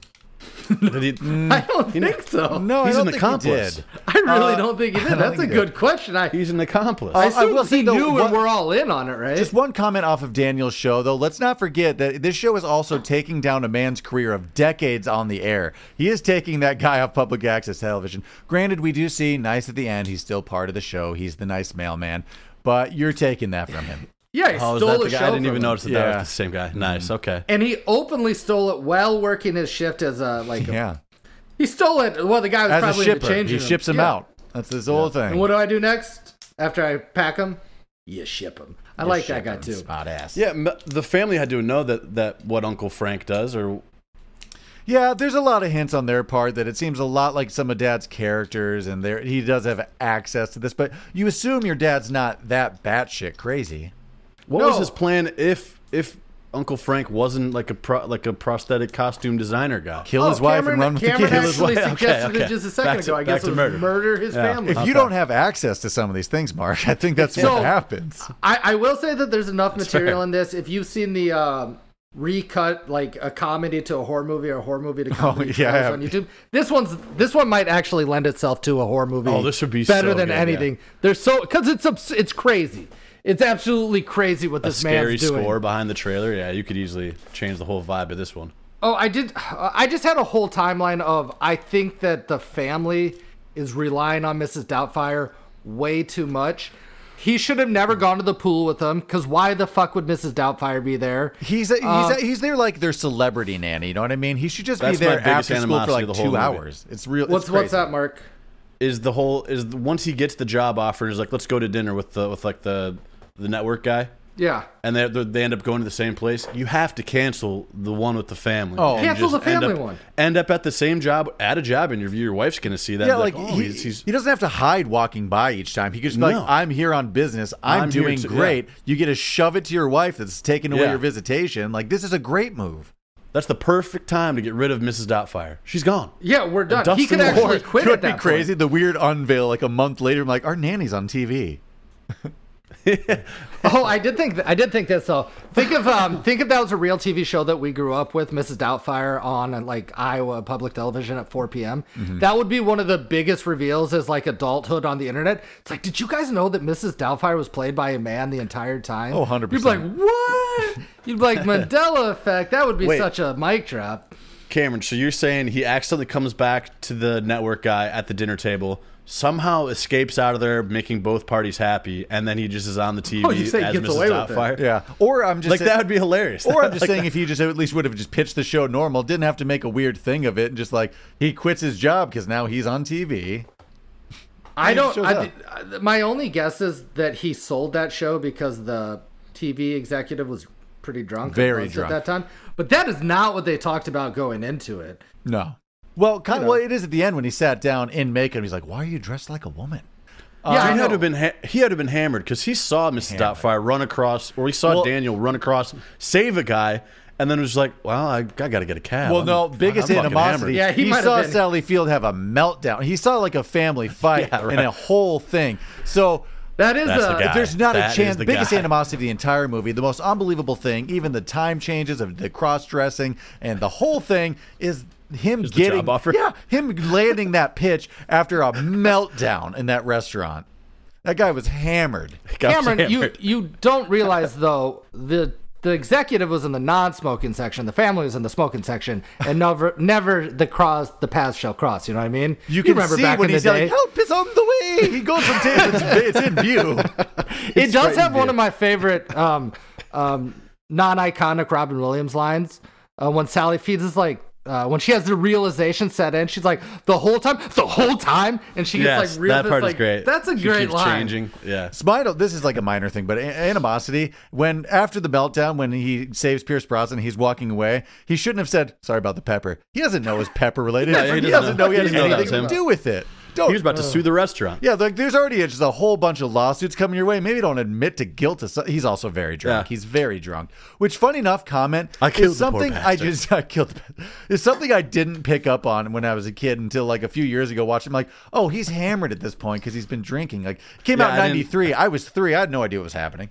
S3: Did he,
S4: I don't think so.
S2: No,
S3: he's
S2: I don't
S3: an
S2: think he
S3: accomplice.
S2: did.
S4: I really don't think he
S2: I
S4: did.
S2: don't
S4: That's a
S2: think he did.
S4: good question. I
S3: He's an accomplice.
S4: I
S2: I
S4: assume
S2: will
S4: he
S2: say, though,
S4: knew and
S2: what-
S4: we're all in on it, right?
S2: Just one comment off of Daniel's show, though. Let's not forget that this show is also taking down a man's career of decades on the air. He is taking that guy off public access television. Granted, we do see nice at the end. He's still part of the show. He's the nice mailman, but you're taking that from him.
S4: yeah, he
S3: oh, is
S4: stole
S3: that the
S4: a
S3: guy?
S4: show
S3: I didn't
S4: from
S3: even
S4: him. Mm.
S3: notice that that
S2: Yeah.
S3: was the same guy. Nice. Okay.
S4: And he openly stole it while working his shift as a like.
S2: Yeah,
S4: He stole it. Well, the guy was
S2: as a
S4: probably in the
S2: shipper,
S4: changing
S2: he
S4: room.
S2: ships him
S4: Yeah.
S2: out. That's his whole thing.
S4: And what do I do next after I pack him? You ship him. I like that guy too.
S2: Spot ass.
S3: Yeah, m- the family had to know that that what Uncle Frank does, or
S2: Yeah, there's a lot of hints on their part that it seems a lot like some of Dad's characters, and there he does have access to this. But you assume your dad's not that batshit crazy.
S3: what
S4: No.
S3: was his plan if if Uncle Frank wasn't like a pro, like a prosthetic costume designer guy?
S2: Kill his
S4: Oh,
S2: wife
S4: Cameron,
S2: and run with
S4: Cameron
S2: the kids.
S4: actually
S3: Kill his wife. Okay,
S4: suggested it
S3: okay.
S4: just a second
S3: Back to-
S4: ago. I guess
S3: back to
S4: it was murder,
S3: murder.
S4: his
S3: Yeah.
S4: family.
S2: If you don't have access to some of these things, Mark, I think that's
S4: So-
S2: what happens.
S4: I, I will say that there's enough material
S3: fair.
S4: in this. If you've seen the um, recut, like a comedy to a horror movie or a horror
S3: Oh,
S4: movie to comedy
S2: yeah, I
S4: shows
S2: have.
S4: on YouTube, this one's this one might actually lend itself to a horror movie.
S3: Oh, this would be
S4: better
S3: so
S4: than
S3: good, yeah.
S4: anything. There's so because it's obs- it's crazy. It's absolutely crazy what
S3: A
S4: this
S3: scary
S4: man's doing.
S3: score behind the trailer. Yeah, you could easily change the whole vibe of this one.
S4: Oh, I did. I just had a whole timeline of I think that the family is relying on Mrs. Doubtfire way too much. He should have never gone to the pool with them because why the fuck would Mrs. Doubtfire be there?
S2: He's a, he's a, he's there like their celebrity nanny. You know what I mean? He should just be
S3: uh, That's my
S2: there
S3: biggest
S2: after school for
S3: animosity
S2: like
S3: of the
S2: two
S3: whole movie.
S2: hours. It's real. it's
S4: What's
S2: crazy.
S4: what's that, Mark?
S3: is the whole is the, once he gets the job offer, he's like, let's go to dinner with the with like the the network guy.
S4: Yeah.
S3: and they they end up going to the same place. You have to cancel the one with the family.
S2: Oh.
S3: and
S4: Cancel
S3: just
S4: the
S3: end
S4: family
S3: up-
S4: one.
S3: End up at the same job at a job interview. Your wife's gonna see that.
S2: Yeah,
S3: Be
S2: like,
S3: oh,
S2: he,
S3: he's, he's
S2: he doesn't have to hide walking by each time. He could just be
S3: No.
S2: like, I'm here on business. I'm,
S3: I'm here
S2: doing
S3: to- yeah.
S2: great. You get to shove it to your wife that's taking away
S3: Yeah.
S2: your visitation. Like, this is a great move.
S3: that's the perfect time to get rid of Mrs. Dotfire. She's gone.
S4: Yeah, we're done.
S3: Dustin
S4: he could actually
S3: Lord.
S4: quit
S2: it
S4: at
S2: would
S4: that
S2: be
S4: point.
S2: crazy. The weird unveil, like a month later, I'm like, our nanny's on TV.
S4: Oh, I did think I did think this though. Think of um, think if that was a real TV show that we grew up with, Mrs. Doubtfire on uh, like Iowa public television at 4 p.m. That would be one of the biggest reveals as like adulthood on the internet. It's like, did you guys know that Mrs. Doubtfire was played by a man the entire time?
S2: Oh, 100%.
S4: You'd be like, what? You'd be like Mandela effect. That would be
S3: Wait.
S4: such a mic drop.
S3: Cameron, so you're saying he accidentally comes back to the network guy at the dinner table, somehow escapes out of there, making both parties happy, and then he just is on the TV
S4: Oh, you say he
S3: as
S4: gets
S3: Mrs.
S4: away with it.
S3: Doubtfire.
S2: Yeah. Or I'm just
S3: Like
S2: saying-
S3: that would be hilarious.
S2: Or I'm just
S3: Like,
S2: saying, if he just at least would have just pitched the show normal, didn't have to make a weird thing of it, and just like he quits his job because now he's on TV.
S4: I
S2: he
S4: don't.
S2: shows
S4: I, I- my only guess is that he sold that show because the TV executive was pretty drunk, or
S2: Very
S4: was
S2: drunk.
S4: at that time. But that is not what they talked about going into it.
S2: No. Well, kind
S4: know.
S2: well, it is at the end when he sat down in makeup. He's like, "Why are you dressed like a woman?" Uh,
S4: yeah,
S3: he
S4: I
S3: had
S4: know.
S3: to have been ha- he had to have been hammered because he saw Mrs. Doubtfire run across, or he saw
S2: Well-
S3: Daniel run across, save a guy, and then was like, "Well, I, I got to get a cab."
S2: Well,
S3: I'm-
S2: no,
S3: I'm
S2: biggest
S3: fucking
S2: animosity.
S3: hammered."
S4: Yeah, he might have
S2: saw
S4: been.
S2: Sally Field have a meltdown. He saw like a family fight
S3: Yeah, right.
S2: and a whole thing. So
S4: That is
S3: That's the
S4: a
S3: guy.
S2: there's not
S3: That
S2: a
S3: is
S2: chance.
S3: the
S2: biggest
S3: guy.
S2: animosity of the entire movie, the most unbelievable thing, even the time changes of the cross dressing and the whole thing is him
S3: the
S2: getting
S3: job offer?
S2: yeah him landing that pitch after a meltdown in that restaurant. That guy was hammered.
S3: Got
S4: Cameron. You
S3: hammered.
S4: you don't realize though the the executive was in the non-smoking section, the family was in the smoking section, and never never the cross the paths shall cross. You know what I mean?
S2: You can see when he's yelling, "Help is on the way!" He goes from table. It's, it's in view.
S4: it does have one
S2: my.
S4: of my favorite um, um, non-iconic Robin Williams lines uh, when Sally feeds is like uh, when she has the realization set in. She's like the whole time, the whole time, and she gets
S3: yes,
S4: like real.
S3: that
S4: it's
S3: part
S4: like,
S3: is great.
S4: That's a
S3: She
S4: great
S3: keeps
S4: line.
S3: Changing, yeah.
S2: Smidle, this is like a minor thing, but a- animosity. When after the meltdown, when he saves Pierce Brosnan, he's walking away. He shouldn't have said, "Sorry about the pepper." He doesn't know it's pepper related.
S3: No, he
S2: he, doesn't
S3: doesn't
S2: know,
S3: know.
S2: he had
S3: He doesn't know that
S2: anything to
S3: was him.
S2: do with it. Don't.
S3: He was about to sue the restaurant.
S2: Oh, uh, yeah, like there's already just a whole bunch of lawsuits coming your way. Maybe don't admit to guilt. To so- he's also very drunk.
S3: Yeah.
S2: He's very drunk. Which, funny enough, comment
S3: I killed
S2: is
S3: the poor
S2: something I
S3: bastard.
S2: just I killed. The, is something I didn't pick up on when I was a kid until like a few years ago. Watching, I'm like, oh, he's hammered at this point because he's been drinking. Like, it came
S3: Yeah,
S2: out in
S3: I didn't-
S2: '93. I, was three. I had no idea what was happening.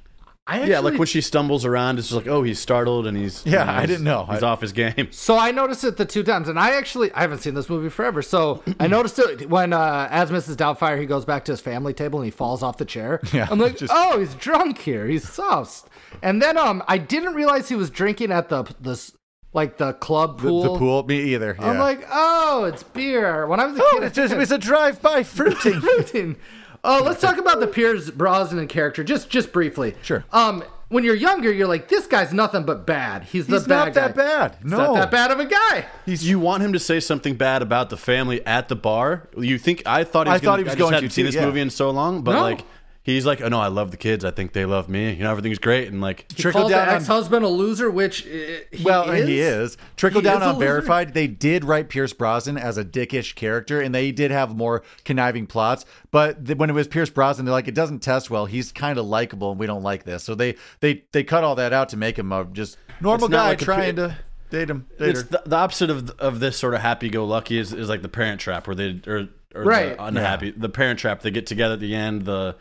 S4: I actually,
S3: Yeah, like when she stumbles around, it's just like, oh, he's startled and he's
S2: Yeah,
S3: you
S2: I
S3: he's-
S2: didn't know.
S3: he's
S2: I-
S3: off his game.
S4: So I noticed it the two times, and I actually I haven't seen this movie forever. So I noticed it when uh, as Mrs. Doubtfire he goes back to his family table and he falls off the chair.
S2: Yeah,
S4: I'm like,
S2: just-
S4: oh, he's drunk here. He's soused. And then um, I didn't realize he was drinking at the this like the club
S2: The-
S4: pool.
S2: The pool, me either.
S4: I'm
S2: yeah.
S4: like, oh, it's beer. When I was a
S2: oh,
S4: kid,
S2: it's just it's a drive-by fruiting.
S4: fruiting. Oh, let's talk about the Piers Brosnan character just just briefly.
S2: Sure.
S4: Um, when you're younger, you're like, this guy's nothing but bad. He's the
S2: He's
S4: bad
S2: not that
S4: guy.
S2: bad.
S4: He's
S2: No,
S4: not that bad of a guy.
S3: you want him to say something bad about the family at the bar? You think I thought he
S2: I
S3: was
S2: thought
S3: gonna,
S2: he was
S3: I just
S2: going
S3: hadn't
S2: to,
S3: seen
S2: too,
S3: this
S2: yeah.
S3: movie in so long, but
S4: No.
S3: like he's like, oh no, I love the kids. I think they love me. You know, everything's great, and like
S2: Trickle
S4: Called
S2: down
S4: the
S2: on
S4: ex-husband a loser, which uh, he
S2: Well,
S4: is.
S2: and he is. Trickle
S4: He
S2: Down
S4: is a
S2: on
S4: loser.
S2: Verified, they did write Pierce Brosnan as a dickish character, and they did have more conniving plots. But th- when it was Pierce Brosnan, they're like, it doesn't test well. He's kind of likable, and we don't like this. So they they they cut all that out to make him a just normal
S3: It's not
S2: guy
S3: like a
S2: trying
S3: pe-
S2: to date him. Date
S3: it's
S2: her.
S3: the, the opposite of of this sort of happy-go-lucky is, is like the Parent Trap, where they or, or
S4: Right.
S3: the unhappy. The Parent Trap, they get together at the end. The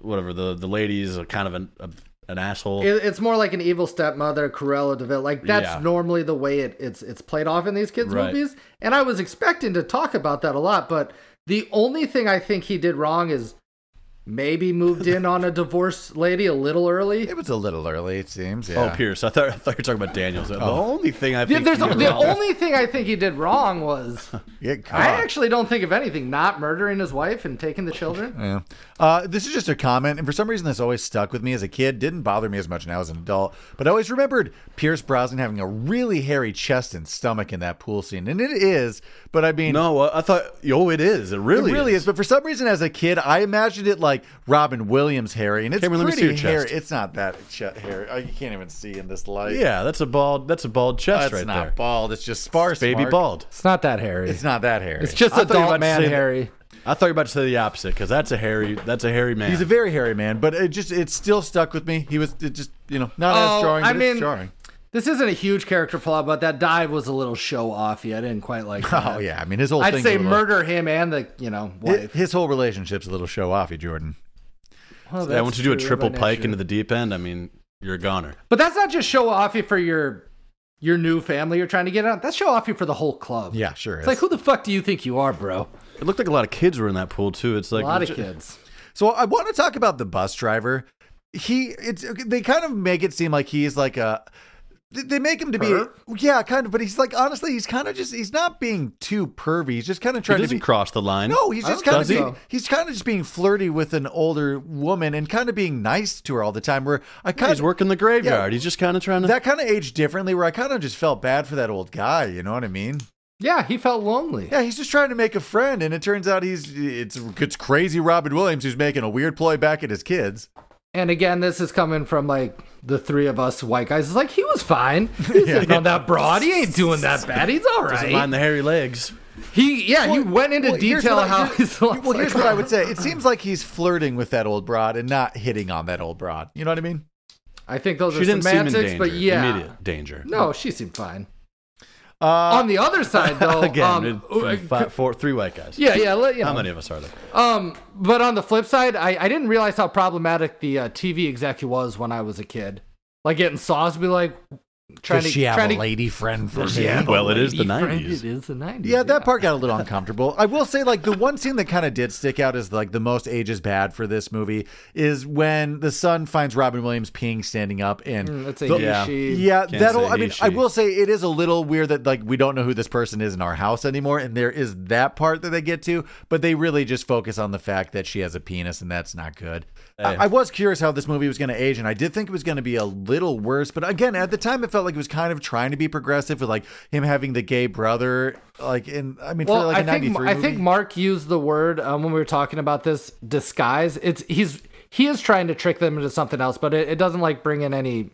S3: whatever the the ladies are kind of an a, an asshole.
S4: It- It's more like an evil stepmother, Corella Deville. Like that's
S3: Yeah.
S4: normally the way it, it's it's played off in these kids'
S3: Right.
S4: movies. And I was expecting to talk about that a lot, but the only thing I think he did wrong is maybe moved in on a divorced lady a little early.
S2: It was a little early, it seems. Yeah.
S3: Oh, Pierce! I thought, I thought you were talking about Daniels. The only thing I
S4: Yeah,
S3: think
S4: there's
S3: you
S4: a-
S3: did
S4: the
S3: wrong-
S4: only thing I think he did wrong was
S2: Get caught.
S4: I actually don't think of anything not murdering his wife and taking the children.
S2: Yeah. Uh, this is just a comment, and for some reason, this always stuck with me as a kid. Didn't bother me as much now as an adult, but I always remembered Pierce Brosnan having a really hairy chest and stomach in that pool scene, and it is. But I mean,
S3: No, I I thought. Oh, it is. It
S2: it
S3: really,
S2: really is. But for some reason, as a kid, I imagined it like like Robin Williams hairy, and it's
S3: Cameron, let me see
S2: pretty
S3: your
S2: hairy.
S3: chest.
S2: It's not that ch- hairy. I, you can't even see in this light.
S3: Yeah, that's a bald. That's a bald chest
S2: that's
S3: right
S2: not
S3: there.
S2: bald. It's just sparse.
S3: Baby
S2: Mark.
S3: bald.
S4: It's not that hairy.
S2: It's not that hairy.
S4: It's just
S3: I thought you were about
S4: adult
S3: to
S4: man
S3: say that-
S4: hairy.
S3: I thought you were about to say the opposite because that's a hairy. That's a hairy man.
S2: He's a very hairy man, but it just it still stuck with me. He was it just you know not
S4: Oh,
S2: as jarring.
S4: I
S2: but
S4: mean-
S2: it's jarring.
S4: This isn't a huge character flaw, but that dive was a little show offy. I didn't quite like that.
S2: Oh yeah, I mean his whole.
S4: I'd
S2: thing's
S4: say
S2: a little-
S4: murder him and the you know
S2: hi-
S4: wife.
S2: His whole relationship's a little show offy, Jordan.
S4: Well,
S3: yeah,
S4: that's
S3: once you do a
S4: true
S3: triple
S4: by
S3: pike
S4: nature.
S3: into the deep end, I mean, you're a goner.
S4: but that's not just show offy for your your new family you're trying to get out. That's show offy for the whole club.
S2: Yeah, sure.
S4: It's like who the fuck do you think you are, bro?
S3: It looked like a lot of kids were in that pool too. It's like
S4: a lot of
S3: legit-
S4: kids.
S2: So I want to talk about the bus driver. He it's they kind of make it seem like he's like a they- they make him to be
S4: Perv?
S2: yeah, kind of, but he's like honestly, he's kind of just he's not being too pervy. He's just kind of
S3: He
S2: trying to
S3: doesn't
S2: be
S3: cross the line.
S2: No, he's
S4: I
S2: just
S4: don't
S2: kind of
S4: think
S2: being,
S4: so.
S2: he's kind of just being flirty with an older woman and kind of being nice to her all the time where I kind
S3: he's
S2: of
S3: working the graveyard. He's just kind of trying to.
S2: that kind of aged differently where I kind of just felt bad for that old guy, you know what I mean?
S4: Yeah, he felt lonely.
S2: Yeah, he's just trying to make a friend and it turns out he's it's it's crazy Robin Williams who's making a weird ploy back at his kids.
S4: And again, this is coming from like the three of us white guys. It's like he was fine. He's
S2: Yeah.
S4: hitting on that broad. He ain't doing that bad. He's all
S3: doesn't
S4: right.
S3: mind the hairy legs.
S4: He yeah, he went into
S2: Well, here's
S4: detail
S2: what I-
S4: how
S2: here-
S4: he's
S2: well, here's what I would say. It seems like he's flirting with that old broad and not hitting on that old broad. You know what I mean?
S4: I think those
S3: She
S4: are
S3: didn't
S4: semantics,
S3: seem in danger.
S4: but yeah.
S3: immediate danger.
S4: No, she seemed fine.
S2: Uh,
S4: On the other side though,
S3: again,
S4: um,
S3: dude,
S4: uh,
S3: three, five, four, three white guys.
S4: yeah, yeah, let you
S3: How
S4: know.
S3: many of us are there?
S4: Um, but on the flip side, I, I didn't realize how problematic the uh, TV exec was when I was a kid. Like getting saws be like trying to trying to
S2: lady friend for
S3: well, it is the
S4: Be frank,
S3: 90s.
S4: It is the nineties.
S2: Yeah, that part got a little uncomfortable. I will say, like, the one scene that kind of did stick out is like the most ages bad for this movie is when the son finds Robin Williams peeing standing up, and
S4: Hmm, Let's say
S2: the-
S4: he,
S3: Yeah.
S4: she.
S2: yeah,
S3: Can't
S2: that'll.
S3: say
S2: I
S3: he,
S2: mean, I
S3: she.
S2: will say it is a little weird that like we don't know who this person is in our house anymore, and there is that part that they get to, but they really just focus on the fact that she has a penis, and that's not good. I,
S4: Eh.
S3: Hey.
S2: I was curious how this movie was going to age, and I did think it was going to be a little worse, but again, at the time, it felt like it was kind of trying to be progressive with like him having the gay brother, like in. I mean, for
S4: Well,
S2: like a
S4: I think
S2: '93
S4: I think Mark used the word um, when we were talking about this disguise. It's he's he is trying to trick them into something else, but it, it doesn't like bring in any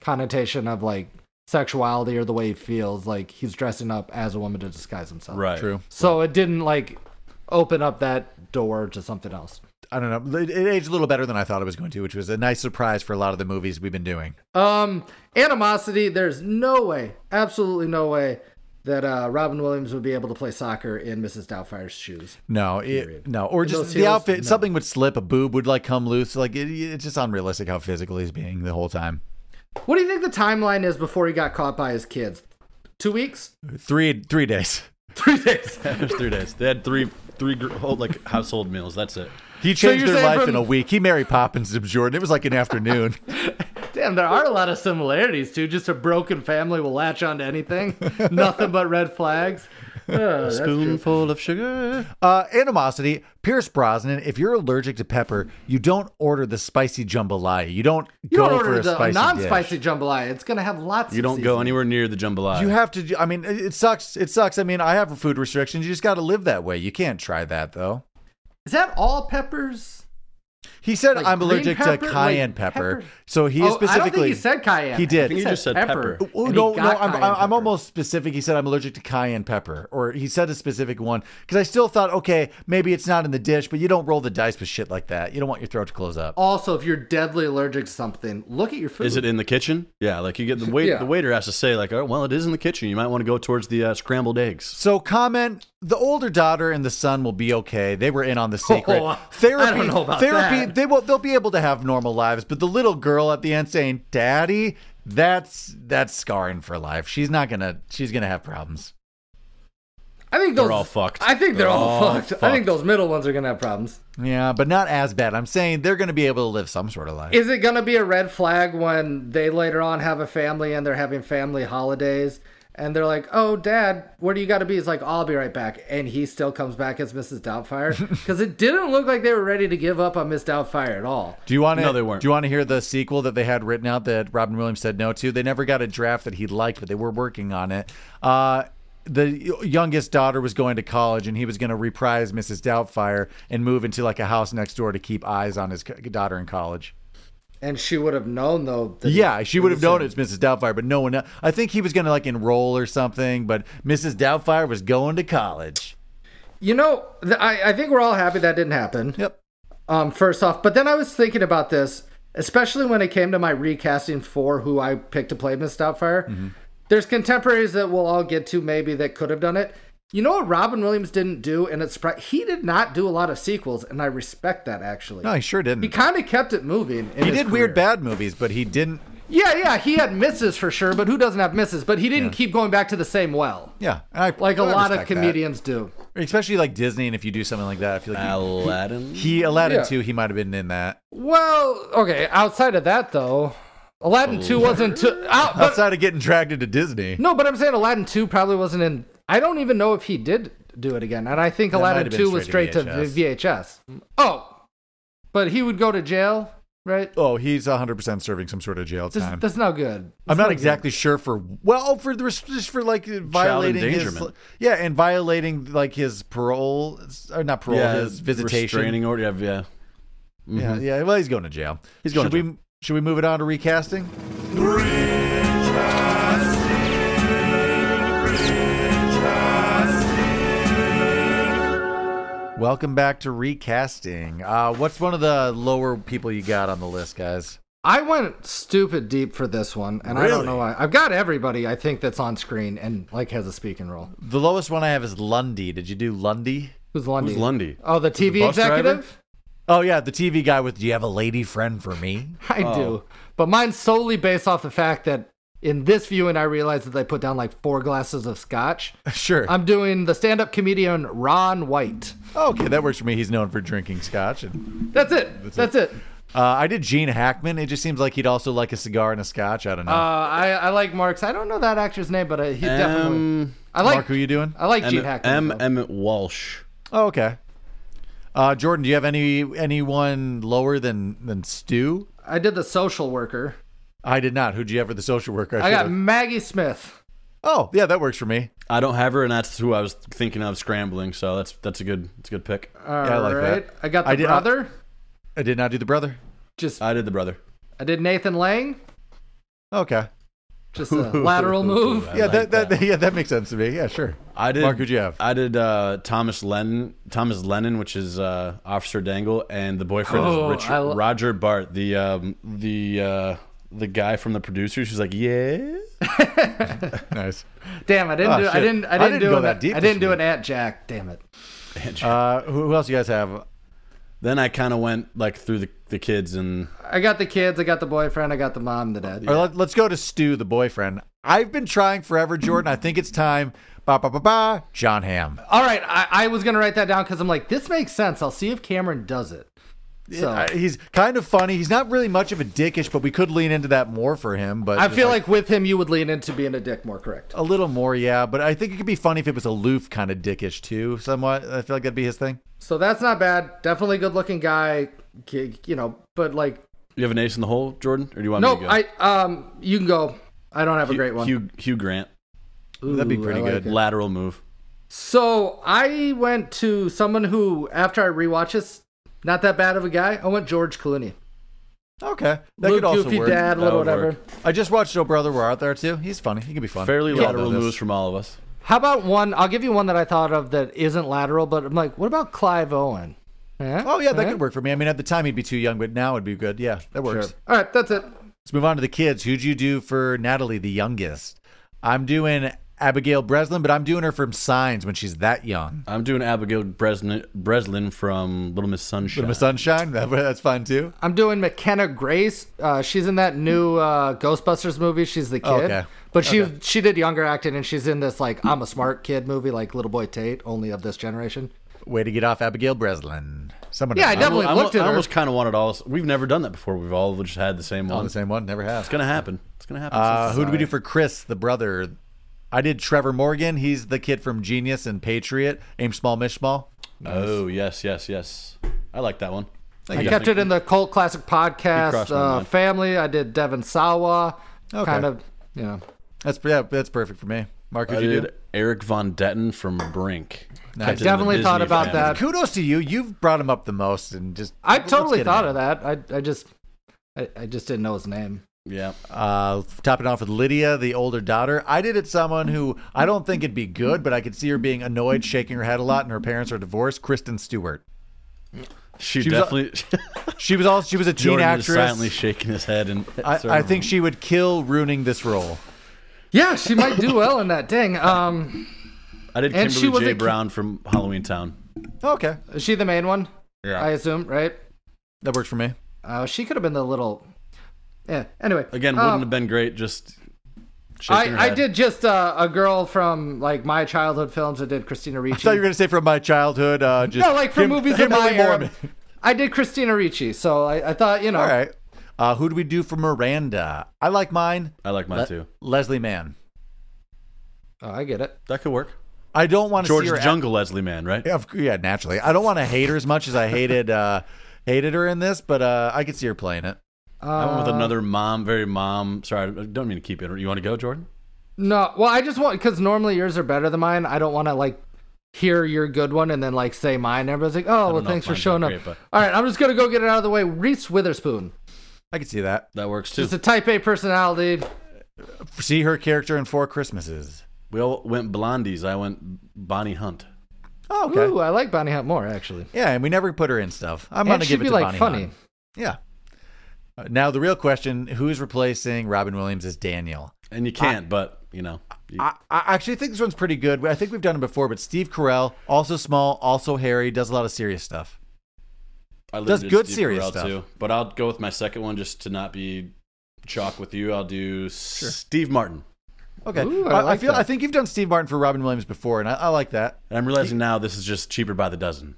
S4: connotation of like sexuality or the way he feels. Like he's dressing up as a woman to disguise himself.
S3: Right.
S2: True.
S4: So it didn't like open up that door to something else.
S2: I don't know. It it aged a little better than I thought it was going to, which was a nice surprise for a lot of the movies we've been doing.
S4: Um, animosity. There's no way, absolutely no way, that uh, Robin Williams would be able to play soccer in Mrs. Doubtfire's shoes.
S2: No, it, no, or just
S4: those
S2: the
S4: heels?
S2: outfit.
S4: No.
S2: Something would slip. A boob would like come loose. Like it, it's just unrealistic how physical he's being the whole time.
S4: What do you think the timeline is before he got caught by his kids? Two weeks?
S2: Three three days.
S4: Three days.
S3: There's three days. They had three, three gr- whole, like household meals. That's it.
S2: He
S4: So
S2: changed
S4: you're
S2: their
S4: saying
S2: life
S4: from-
S2: in a week. He married Poppins to Jordan. It was like an afternoon.
S4: Damn, there are a lot of similarities too. Just a broken family will latch onto anything. Nothing but red flags. Oh, that's true.
S3: Spoonful of sugar.
S2: uh, animosity. Pierce Brosnan. If you're allergic to pepper, you don't order the spicy jambalaya. You don't
S4: You
S2: go
S4: don't
S2: for
S4: order
S2: a
S4: the
S2: spicy dish.
S4: non-spicy jambalaya. It's gonna have lots.
S3: You
S4: of
S3: don't go
S4: seasoning.
S3: anywhere near the jambalaya.
S2: You have to. I mean, it it sucks. It sucks. I mean, I have food restrictions. You just got to live that way. You can't try that though.
S4: Is that all peppers?
S2: He said
S4: Like
S2: I'm
S4: green
S2: allergic
S4: pepper?
S2: to
S4: Like
S2: cayenne pepper.
S4: pepper?
S2: So he
S4: Oh,
S2: specifically
S4: I don't think he said cayenne.
S2: He did.
S4: I
S2: I think
S3: he just said pepper.
S2: Oh,
S4: and he
S2: no, no,
S4: got
S2: I'm,
S4: cayenne
S2: I'm, I'm
S4: pepper.
S2: almost specific. He said I'm allergic to cayenne pepper, or he said a specific one because I still thought, okay, maybe it's not in the dish, but you don't roll the dice with shit like that. You don't want your throat to close up.
S4: Also, if you're deadly allergic to something, look at your food.
S3: Is it in the kitchen? Yeah, like you get the wait.
S4: Yeah.
S3: The waiter has to say like, "Oh, well, it is in the kitchen. You might want to go towards the uh, scrambled eggs."
S2: So comment: the older daughter and the son will be okay. They were in on the secret.
S4: Oh, I
S2: therapy,
S4: don't know about
S2: therapy.
S4: that.
S2: They will. They'll be able to have normal lives. But the little girl at the end saying, "Daddy," that's that's scarring for life. She's not gonna. She's gonna have problems.
S4: I think
S3: They're
S4: those,
S3: all fucked.
S4: I think they're,
S3: They're
S4: all,
S3: all
S4: fucked. I think
S3: fucked.
S4: those middle ones are gonna have problems.
S2: Yeah, but not as bad. I'm saying they're going to be able to live some sort of life.
S4: Is it gonna be a red flag when they later on have a family and they're having family holidays and they're like, "Oh, Dad, where do you got to be?" He's like, "I'll be right back," and he still comes back as Mrs. Doubtfire because it didn't look like they were ready to give up on Miss Doubtfire at all.
S2: do you want to?
S3: No, they weren't.
S2: Do you want to hear the sequel that they had written out that Robin Williams said no to? They never got a draft that he liked, but they were working on it. Uh, the youngest daughter was going to college and he was going to reprise Mrs. Doubtfire and move into like a house next door to keep eyes on his co- daughter in college.
S4: And she would have known though. That
S2: Yeah, she would have known
S4: it.
S2: it's Mrs. Doubtfire, but no one. el- I think he was going to like enroll or something, but Mrs. Doubtfire was going to college.
S4: You know, th- I I think we're all happy that didn't happen.
S2: Yep.
S4: um, first off. But then I was thinking about this, especially when it came to my recasting for who I picked to play Miss Doubtfire.
S2: Mm-hmm.
S4: There's contemporaries that we'll all get to maybe that could have done it. You know what Robin Williams didn't do, and it's surpri- he did not do a lot of sequels, and I respect that actually.
S2: No, he sure didn't.
S4: He kind of kept it moving. in
S2: he
S4: his
S2: did weird
S4: career.
S2: bad movies, but he didn't.
S4: Yeah, yeah, he had misses for sure, but who doesn't have misses? But he didn't keep going back to the same well,
S2: Yeah, and I,
S4: like a
S2: I
S4: lot of
S2: respect that.
S4: comedians do.
S2: especially like Disney. And if you do something like that, I feel like
S3: Uh,
S2: you-
S3: Aladdin.
S2: he Aladdin
S4: Yeah.
S2: too. He might have been in that.
S4: Well, okay. Outside of that, though, Aladdin
S2: Oh.
S4: two wasn't too. Out, but
S2: Outside of getting dragged into Disney,
S4: No, but I'm saying Aladdin 2 probably wasn't in. I don't even know if he did do it again. And I think
S2: might
S4: Aladdin
S2: have
S4: 2
S2: been
S4: was straight
S2: straight
S4: to
S2: to
S4: VHS. Oh, but he would go to jail, right?
S2: oh, he's 100 percent serving some sort of jail
S4: This,
S2: time.
S4: that's not good.
S2: I'm
S4: That's
S2: not exactly sure for well for the rest- just for like violating his
S3: endangerment.
S2: yeah and violating like his parole or not parole his visitation
S3: Restraining order. Yeah. yeah.
S2: yeah yeah well he's going to jail he's
S3: going
S2: should
S3: to
S2: we should we move it on to recasting welcome back to recasting uh what's one of the lower people you got on the list guys
S4: I went stupid deep for this one, and I don't
S3: Really?
S4: know why. I've got everybody I think that's on screen and like has a speaking role.
S2: the lowest one I have is Lundy did you do Lundy
S4: Who's Lundy?
S3: Who's Lundy?
S4: Oh, the TV
S3: bus driver?
S4: executive.
S2: Oh yeah, the TV guy with "Do you have a lady friend for me?"
S4: I
S2: Oh.
S4: do, but mine's solely based off the fact that in this viewing I realized that they put down like four glasses of scotch.
S2: sure.
S4: I'm doing the stand-up comedian Ron White.
S2: Oh, okay, that works for me. He's known for drinking scotch, and
S4: That's it. That's, it.
S2: uh, I did Gene Hackman. It just seems like he'd also like a cigar and a scotch. I don't know.
S4: Uh, I, I like Mark's. I don't know that actor's name, but uh, he definitely.
S3: M.
S4: I like. uh,
S2: Mark, who you doing?
S4: I like Gene
S3: Um, M.
S4: Hackman.
S3: M.
S4: though.
S3: Emmett Walsh.
S2: Oh, okay. Uh, Jordan, do you have any anyone lower than than Stu?
S4: I did the social worker.
S2: I did not. Who'd you have for the social worker?
S4: I got
S2: should've-
S4: Maggie Smith.
S2: Oh yeah, that works for me.
S3: I don't have her, and that's who I was thinking of scrambling. So that's that's a good that's a good pick.
S4: All right.
S2: I like that.
S4: I got the
S2: I did-
S4: brother.
S2: I did not do the brother.
S4: just
S3: I did the brother.
S4: I did Nathan Lang.
S2: Okay.
S4: Just a lateral move.
S3: I
S2: Yeah,
S3: like
S2: that, that, yeah, that makes sense to me. Yeah, sure.
S3: I did.
S2: Mark, who'd you have?
S3: I did uh, Thomas Lennon, Thomas Lennon, which is uh, Officer Dangle, and the boyfriend
S4: Oh,
S3: is Richard,
S4: I lo-
S3: Roger Bart, the um, the uh, the guy from the producers. who's like, yeah,
S2: nice.
S4: Damn, I didn't
S2: Oh,
S4: do. I
S2: shit.
S4: didn't. I
S2: I
S4: didn't,
S2: didn't
S4: do
S2: go
S4: an,
S2: that deep
S4: I
S2: this
S4: didn't do an
S2: week.
S4: at Jack. Damn it.
S2: Uh, who, who else you guys have?
S3: Then I kind of went like through the, the kids and
S4: I got the kids. I got the boyfriend. I got the mom. The dad.
S2: All right, let, let's go to Stu, the boyfriend. I've been trying forever, Jordan. I think it's time. Ba ba ba ba. John Ham.
S4: All right. I, I was gonna write that down because I'm like, this makes sense. I'll see if Cameron does it. So.
S2: Uh, He's kind of funny. He's not really much of a dickish, but we could lean into that more for him. But
S4: I
S2: just,
S4: feel like, with him, you would lean into being a dick more correct.
S2: a little more, yeah. But I think it could be funny if it was aloof, kind of dickish too. Somewhat. I feel like that'd be his thing.
S4: So that's not bad. Definitely good looking guy. g- You know, but like,
S3: you have an ace in the hole, Jordan, or do you want
S4: nope.
S3: me to go?
S4: I um, you can go. I don't have a great one.
S3: Hugh Hugh Grant,
S2: That'd be
S4: Ooh,
S2: pretty
S4: I like
S2: good.
S4: it.
S3: lateral move.
S4: So I went to someone who, after I rewatch this, not that bad of a guy. I went George Clooney.
S2: Okay, that
S4: Luke
S2: could also
S4: Goofy
S2: work.
S4: dad, a little
S3: That would
S4: whatever.
S3: work.
S2: I just watched Oh Brother, We're Out There too. He's funny. He can be fun.
S3: Fairly
S2: We all
S3: lateral
S2: know this.
S3: moves from all of us.
S4: How about one? I'll give you one that I thought of that isn't lateral, but I'm like, what about Clive Owen? Eh?
S2: Oh yeah, that
S4: Eh?
S2: could work for me. I mean, at the time he'd be too young, but now it'd be good. Yeah, that works.
S4: Sure. All right, that's it.
S2: Let's move on to the kids. Who'd you do for Natalie, the youngest? I'm doing Abigail Breslin, but I'm doing her from Signs when she's that young.
S3: I'm doing Abigail Breslin, Breslin from Little Miss Sunshine.
S2: Miss Sunshine, that, that's fine too.
S4: I'm doing McKenna Grace. Uh, she's in that new uh, Ghostbusters movie. She's the kid,
S2: Okay.
S4: but she she did younger acting, and she's in this like I'm a smart kid movie, like Little Boy Tate, only of this generation.
S2: Way to get off Abigail Breslin. Someone
S4: Yeah, I
S2: else.
S4: definitely
S3: I,
S4: looked at her.
S3: almost kind of wanted all. We've never done that before. We've all just had the same
S2: All
S3: one.
S2: the same one, never have.
S3: It's gonna happen. It's gonna happen.
S2: Uh,
S3: It's
S2: who do we do
S3: decided.
S2: for Chris, the brother? I did Trevor Morgan. He's the kid from Genius and Patriot. Aim small, miss small.
S3: Oh yes, yes, yes. I like that one.
S4: I kept it in the cult classic podcast
S3: crossed my
S4: uh,
S3: mind.
S4: family. I did Devin Sawa,
S2: Okay.
S4: kind of, you know.
S2: That's yeah, that's perfect for me.
S4: Mark,
S3: I
S4: would you do?
S3: did Eric Von Detten from Brink.
S4: I definitely thought about that.
S2: Kudos to you. You've brought him up the most, and just
S4: I
S2: let's
S4: totally
S2: get him
S4: thought
S2: in.
S4: of that. I I just I, I just didn't know his name.
S3: Yeah.
S2: Uh, topping off with Lydia, the older daughter. I did it someone who I don't think it'd be good, but I could see her being annoyed, shaking her head a lot, and her parents are divorced. Kristen Stewart.
S3: She,
S2: She was a-
S3: definitely.
S2: She was also she was a teen
S3: Jordan is silently
S2: actress.
S3: shaking his head. and
S2: I, I think she would kill ruining this role.
S4: Yeah, she might do well in that. Dang. Um,
S3: I did
S4: and
S3: Kimberly
S4: she was
S3: J.
S4: a-
S3: Brown from Halloween Town.
S2: Okay,
S4: is she the main one?
S3: Yeah.
S4: I assume, right?
S2: that works for me.
S4: Uh, she could have been the little. Yeah. Anyway.
S3: Again,
S4: um,
S3: wouldn't have been great. Just shaking her
S4: I, I
S3: head.
S4: did just uh, a girl from like my childhood films. I did Christina Ricci.
S2: I thought you were gonna say from my childhood. Uh, just
S4: no, like from
S2: Kim-
S4: movies of
S2: Kimberly
S4: my era.
S2: Mormon.
S4: I did Christina Ricci, so I, I thought you know.
S2: All right. Uh, who do we do for Miranda? I like mine.
S3: I like mine
S2: Le-
S3: too.
S2: Leslie Mann.
S4: Oh, I get it.
S3: That could work.
S2: I don't want to
S3: George
S2: see her.
S3: the Jungle Leslie Man, right?
S2: Yeah, of- yeah, naturally. I don't want to hate her as much as I hated uh, hated her in this, but uh, I could see her playing it.
S3: I went
S4: Uh,
S3: with another mom, very mom. Sorry, I don't mean to keep it. You want to go, Jordan?
S4: No, well, I just want because normally yours are better than mine. I don't want to like hear your good one and then like say mine. Everybody's like, oh, well,
S3: know
S4: thanks
S3: if
S4: for
S3: mine's
S4: showing
S3: that
S4: up.
S3: great, but-
S4: All right, I'm just gonna go get it out of the way. Reese Witherspoon,
S2: I could see that.
S3: That works too.
S4: just a Type A personality.
S2: See her character in Four Christmases.
S3: we all went blondies. I went Bonnie Hunt.
S2: Oh, okay.
S4: Ooh, I like Bonnie Hunt more actually.
S2: Yeah, and we never put her in stuff. I'm
S4: And
S2: gonna
S4: she'd
S2: give it
S4: be
S2: to
S4: like
S2: Bonnie
S4: funny.
S2: Hunt. Yeah. Uh, Now the real question: Who is replacing Robin Williams as Daniel?
S3: And you can't, but you know, you-
S2: I, I actually think this one's pretty good. I think we've done it before, but Steve Carell, also small, also hairy, does a lot of serious stuff.
S3: I
S2: does
S3: limited
S2: good
S3: Steve
S2: serious
S3: Carell,
S2: stuff.
S3: But I'll go with my second one just to not be chalk with you. I'll do Steve Martin.
S2: Okay,
S4: Ooh, I
S2: I, I
S4: like
S2: feel
S4: that.
S2: I think you've done Steve Martin for Robin Williams before, and I, I like that.
S3: And I'm realizing now this is just cheaper by the dozen.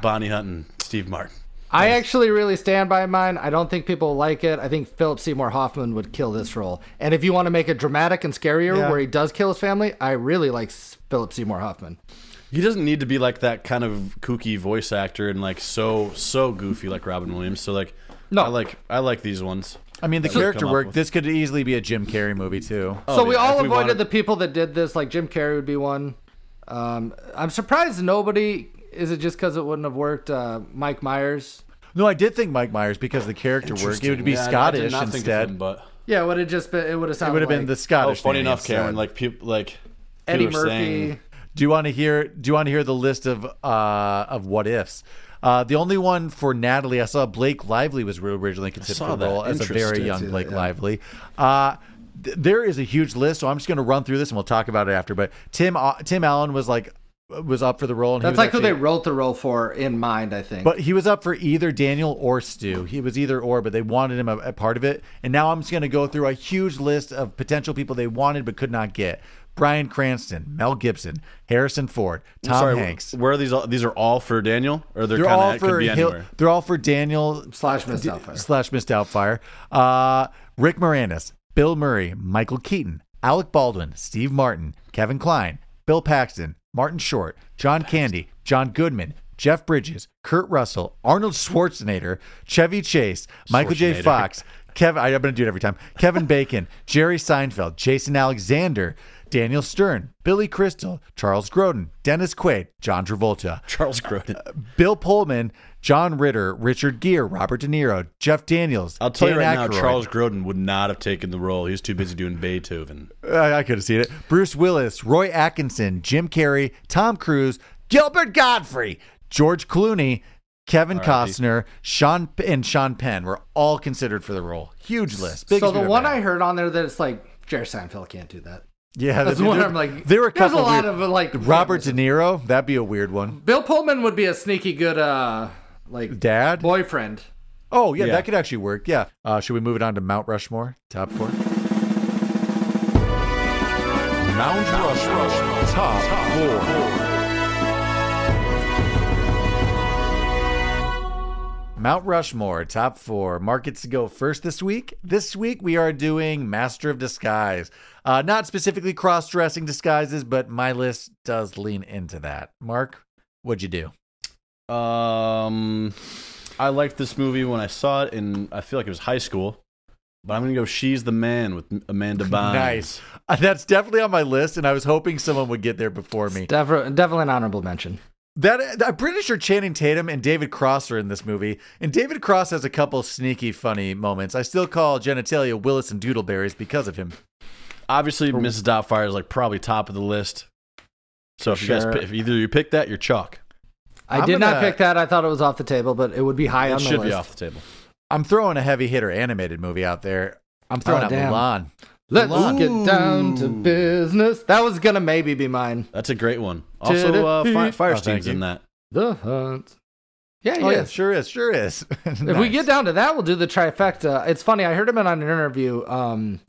S3: Bonnie Hunt and Steve Martin.
S4: I actually really stand by mine. I don't think people like it. I think Philip Seymour Hoffman would kill this role. And if you want to make it dramatic and scarier,
S2: Yeah.
S4: where he does kill his family, I really like S- Philip Seymour Hoffman.
S3: He doesn't need to be like that kind of kooky voice actor and like so so goofy like Robin Williams. So like,
S4: No.
S3: I like I like these ones.
S2: I mean, the
S3: That we've
S2: character
S3: come up
S2: work.
S3: with.
S2: This could easily be a Jim Carrey movie too.
S4: so
S3: Oh,
S4: we
S3: yeah,
S4: all
S3: if we
S4: avoided
S3: wanted-
S4: the people that did this. Like Jim Carrey would be one. Um, I'm surprised nobody. Is it just because it wouldn't have worked? Uh, Mike Myers.
S2: No, I did think Mike Myers because of the character work. It would be
S3: Yeah, I- I did
S2: Scottish
S3: not think of
S2: instead.
S3: him, but
S4: Yeah, it would have just been. It would have
S2: it
S4: sounded.
S2: would have been
S4: like
S2: the Scottish.
S3: oh, funny
S2: name
S3: enough, Cameron.
S2: instead.
S3: Like people like
S4: Eddie
S3: people are
S4: Murphy.
S3: saying-
S2: Do you want to hear? Do you want to hear the list of uh, of what ifs? Uh, the only one for Natalie, I saw Blake Lively was originally considered
S3: saw
S2: for the
S3: that.
S2: role as a very
S3: Interesting.
S2: young Blake Lively. Uh, th- there is a huge list, so I'm just going to run through this and we'll talk about it after. But Tim uh, Tim Allen was like was up for the role. And he
S4: That's
S2: was
S4: like who they
S2: actually-
S4: wrote the role for in mind. I think.
S2: But he was up for either Daniel or Stu. He was either or, but they wanted him a, a part of it. And now I'm just going to go through a huge list of potential people they wanted but could not get. Brian Cranston, Mel Gibson, Harrison Ford, Tom
S3: Sorry,
S2: Hanks.
S3: Where are these? All, these are all for Daniel, or they're,
S2: They're
S3: kind
S2: all
S3: of could
S2: for
S3: be
S2: Hill-
S3: anywhere.
S2: they're all for Daniel
S4: slash Miss
S2: D-
S4: Doubtfire.
S2: slash Miss Doubtfire. Uh, Rick Moranis, Bill Murray, Michael Keaton, Alec Baldwin, Steve Martin, Kevin Klein, Bill Paxton, Martin Short, John Candy, John Goodman, Jeff Bridges, Kurt Russell, Arnold Schwarzenegger, Chevy Chase, Michael J.
S3: Schwarzenegger.
S2: Fox, Kevin. I'm gonna do it every time. Kevin Bacon, Jerry Seinfeld, Jason Alexander. Daniel Stern, Billy Crystal, Charles Grodin, Dennis Quaid, John Travolta,
S3: Charles Grodin.
S2: Bill Pullman, John Ritter, Richard Gere, Robert De Niro, Jeff Daniels.
S3: I'll tell you
S2: Dan
S3: right now,
S2: Aykroyd.
S3: Charles Grodin would not have taken the role. He was too busy doing Beethoven.
S2: I, I could have seen it. Bruce Willis, Roy Atkinson, Jim Carrey, Tom Cruise, Gilbert Godfrey, George Clooney, Kevin Costner, Sean P- and Sean Penn were all considered for the role. Huge list. Biggest
S4: so
S2: we've
S4: the
S2: ever
S4: one
S2: had.
S4: I heard on there that it's like Jerry Seinfeld can't do that.
S2: yeah,
S4: That's
S2: there-
S4: the one
S2: there-
S4: I'm like.
S2: There were a
S4: there's a
S2: couple
S4: lot
S2: weird-
S4: of like
S2: Robert De Niro. That'd be a weird one.
S4: Bill Pullman would be a sneaky good uh like
S2: Dad.
S4: boyfriend.
S2: Oh yeah,
S3: Yeah.
S2: that could actually work. Yeah. Uh, should we move it on to Mount Rushmore? Top four.
S5: Mount Rushmore. Top, four.
S2: Mount Rushmore, top four. Markets to go first this week. This week we are doing Master of Disguise. Uh, not specifically cross dressing disguises, but my list does lean into that. Mark, what'd you do?
S3: Um, I liked this movie when I saw it, and I feel like it was high school. But I'm gonna go. She's the man with Amanda Bynes.
S2: Nice. Uh, That's definitely on my list, and I was hoping someone would get there before me.
S4: Dev- definitely an honorable mention.
S2: That I'm pretty sure Channing Tatum and David Cross are in this movie, and David Cross has a couple sneaky funny moments. I still call genitalia Willis and Doodleberries because of him.
S3: Obviously, Mrs. Doubtfire is like probably top of the list. So if you
S4: Sure.
S3: guys, pi- if either you pick that, you're chalk.
S4: I
S2: I'm
S4: did not
S2: gonna-
S4: pick that. I thought it was off the table, but it would be high
S3: It
S4: on the
S3: should
S4: list.
S3: be off the table.
S2: I'm throwing a heavy hitter animated movie out there. I'm throwing
S4: Oh,
S2: out
S4: damn.
S2: Mulan.
S4: Let's
S2: Mulan.
S4: get down to
S3: Ooh.
S4: business. That was gonna maybe be mine.
S3: That's a great one.
S4: Did it
S3: Also, uh, Fi
S4: beat-
S2: Oh, thank
S3: Firestein's
S2: you.
S3: in that.
S4: The hunt. Yeah,
S2: Oh yeah,
S4: yes.
S2: sure is, sure is.
S4: If we get down to that, we'll do the trifecta. It's funny. I heard him in on an interview um,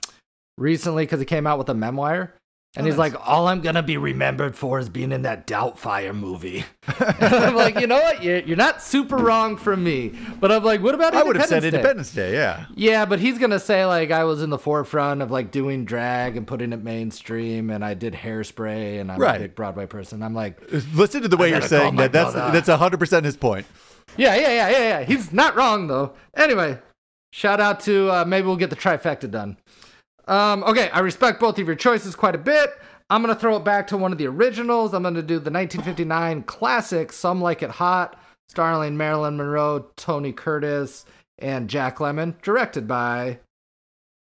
S4: recently because he came out with a memoir, and
S2: Oh,
S4: he's like, "All I'm gonna be remembered for is being in that Doubtfire movie." And I'm like, you know what? You're, you're not super wrong from me, but I'm like, what about?
S2: I would have said
S4: Day?
S2: Independence Day. Yeah,
S4: Yeah, but he's gonna say like I was in the forefront of like doing drag and putting it mainstream, and I did hairspray, and I'm
S2: Right.
S4: a big Broadway person. I'm like,
S2: listen to the way
S4: I
S2: you're
S4: gotta call
S2: saying
S4: my
S2: that. That's
S4: brother.
S2: that's 100 percent his point.
S4: yeah, yeah, yeah, yeah, yeah. He's not wrong though. Anyway, shout out to uh, maybe we'll get the trifecta done. Um, okay, I respect both of your choices quite a bit. I'm gonna throw it back to one of the originals. I'm gonna do the 1959 classic "Some Like It Hot," starring Marilyn Monroe, Tony Curtis, and Jack Lemmon, directed by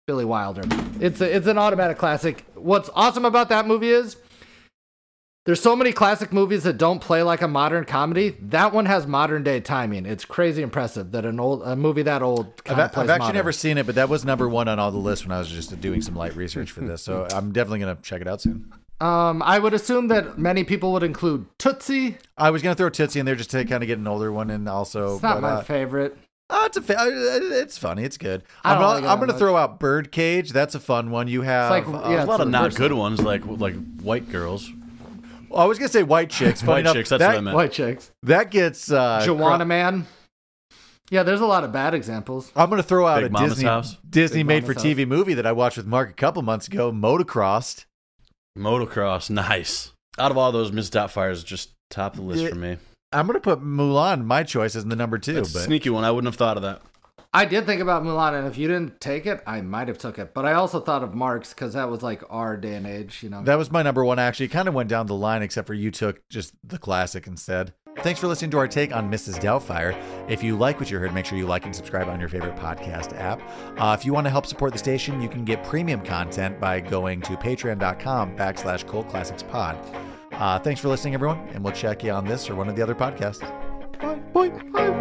S4: Billy Wilder. It's a, it's an automatic classic. What's awesome about that movie is there's so many classic movies that don't play like a modern comedy. That one has modern day timing. It's crazy impressive that an old a movie that old.
S2: I've,
S4: kinda
S2: I've
S4: plays
S2: actually
S4: modern.
S2: never seen it, but that was number one on all the lists when I was just doing some light research for this. So I'm definitely gonna check it out soon.
S4: Um, I would assume that many people would include Tootsie.
S2: I was gonna throw Tootsie in there just to kind of get an older one, and also
S4: It's not
S2: but,
S4: my
S2: uh,
S4: favorite.
S2: Oh, it's a fa- uh, it's funny. It's good.
S4: I
S2: I'm,
S4: don't
S2: gonna-
S4: like it
S2: I'm
S4: that
S2: gonna
S4: much.
S2: throw out Birdcage. That's a fun one. You have.
S4: like,
S2: uh,
S4: yeah.
S3: A lot
S4: That's
S3: of
S4: the
S3: not
S4: first
S3: good ones, like like white girls,
S2: oh, I was gonna say White Chicks. Funny
S3: white
S2: enough,
S3: chicks. That's
S2: that,
S3: what I meant.
S4: White chicks.
S2: That gets. Uh,
S4: Joanna
S2: cro-
S4: Man. Yeah, there's a lot of bad examples.
S2: I'm gonna throw out
S3: Big
S2: a
S3: Mama's
S2: Disney
S3: House.
S2: Disney
S4: Big
S2: made
S4: Mama's
S2: for TV movie that I watched with Mark a couple months ago, Motocrossed.
S3: Motocross, nice. Out of all those, Miss Doubtfire is just top of the list
S2: Yeah,
S3: for me.
S2: I'm gonna put Mulan. My choice as the number two,
S3: That's a
S2: but
S3: sneaky one. I wouldn't have thought of that.
S4: I did think about Mulan, and if you didn't take it, I might have took it. But I also thought of Marx because that was like our day and age, you know.
S2: that was my number one. Actually, kind of went down the line, except for you took just the classic instead. Thanks for listening to our take on Mrs. Doubtfire. If you like what you heard, make sure you like and subscribe on your favorite podcast app. Uh, if you want to help support the station, you can get premium content by going to patreon.com backslash cold classics pod. Uh, thanks for listening, everyone, and we'll check you on this or one of the other podcasts.
S4: Boy, boy, boy.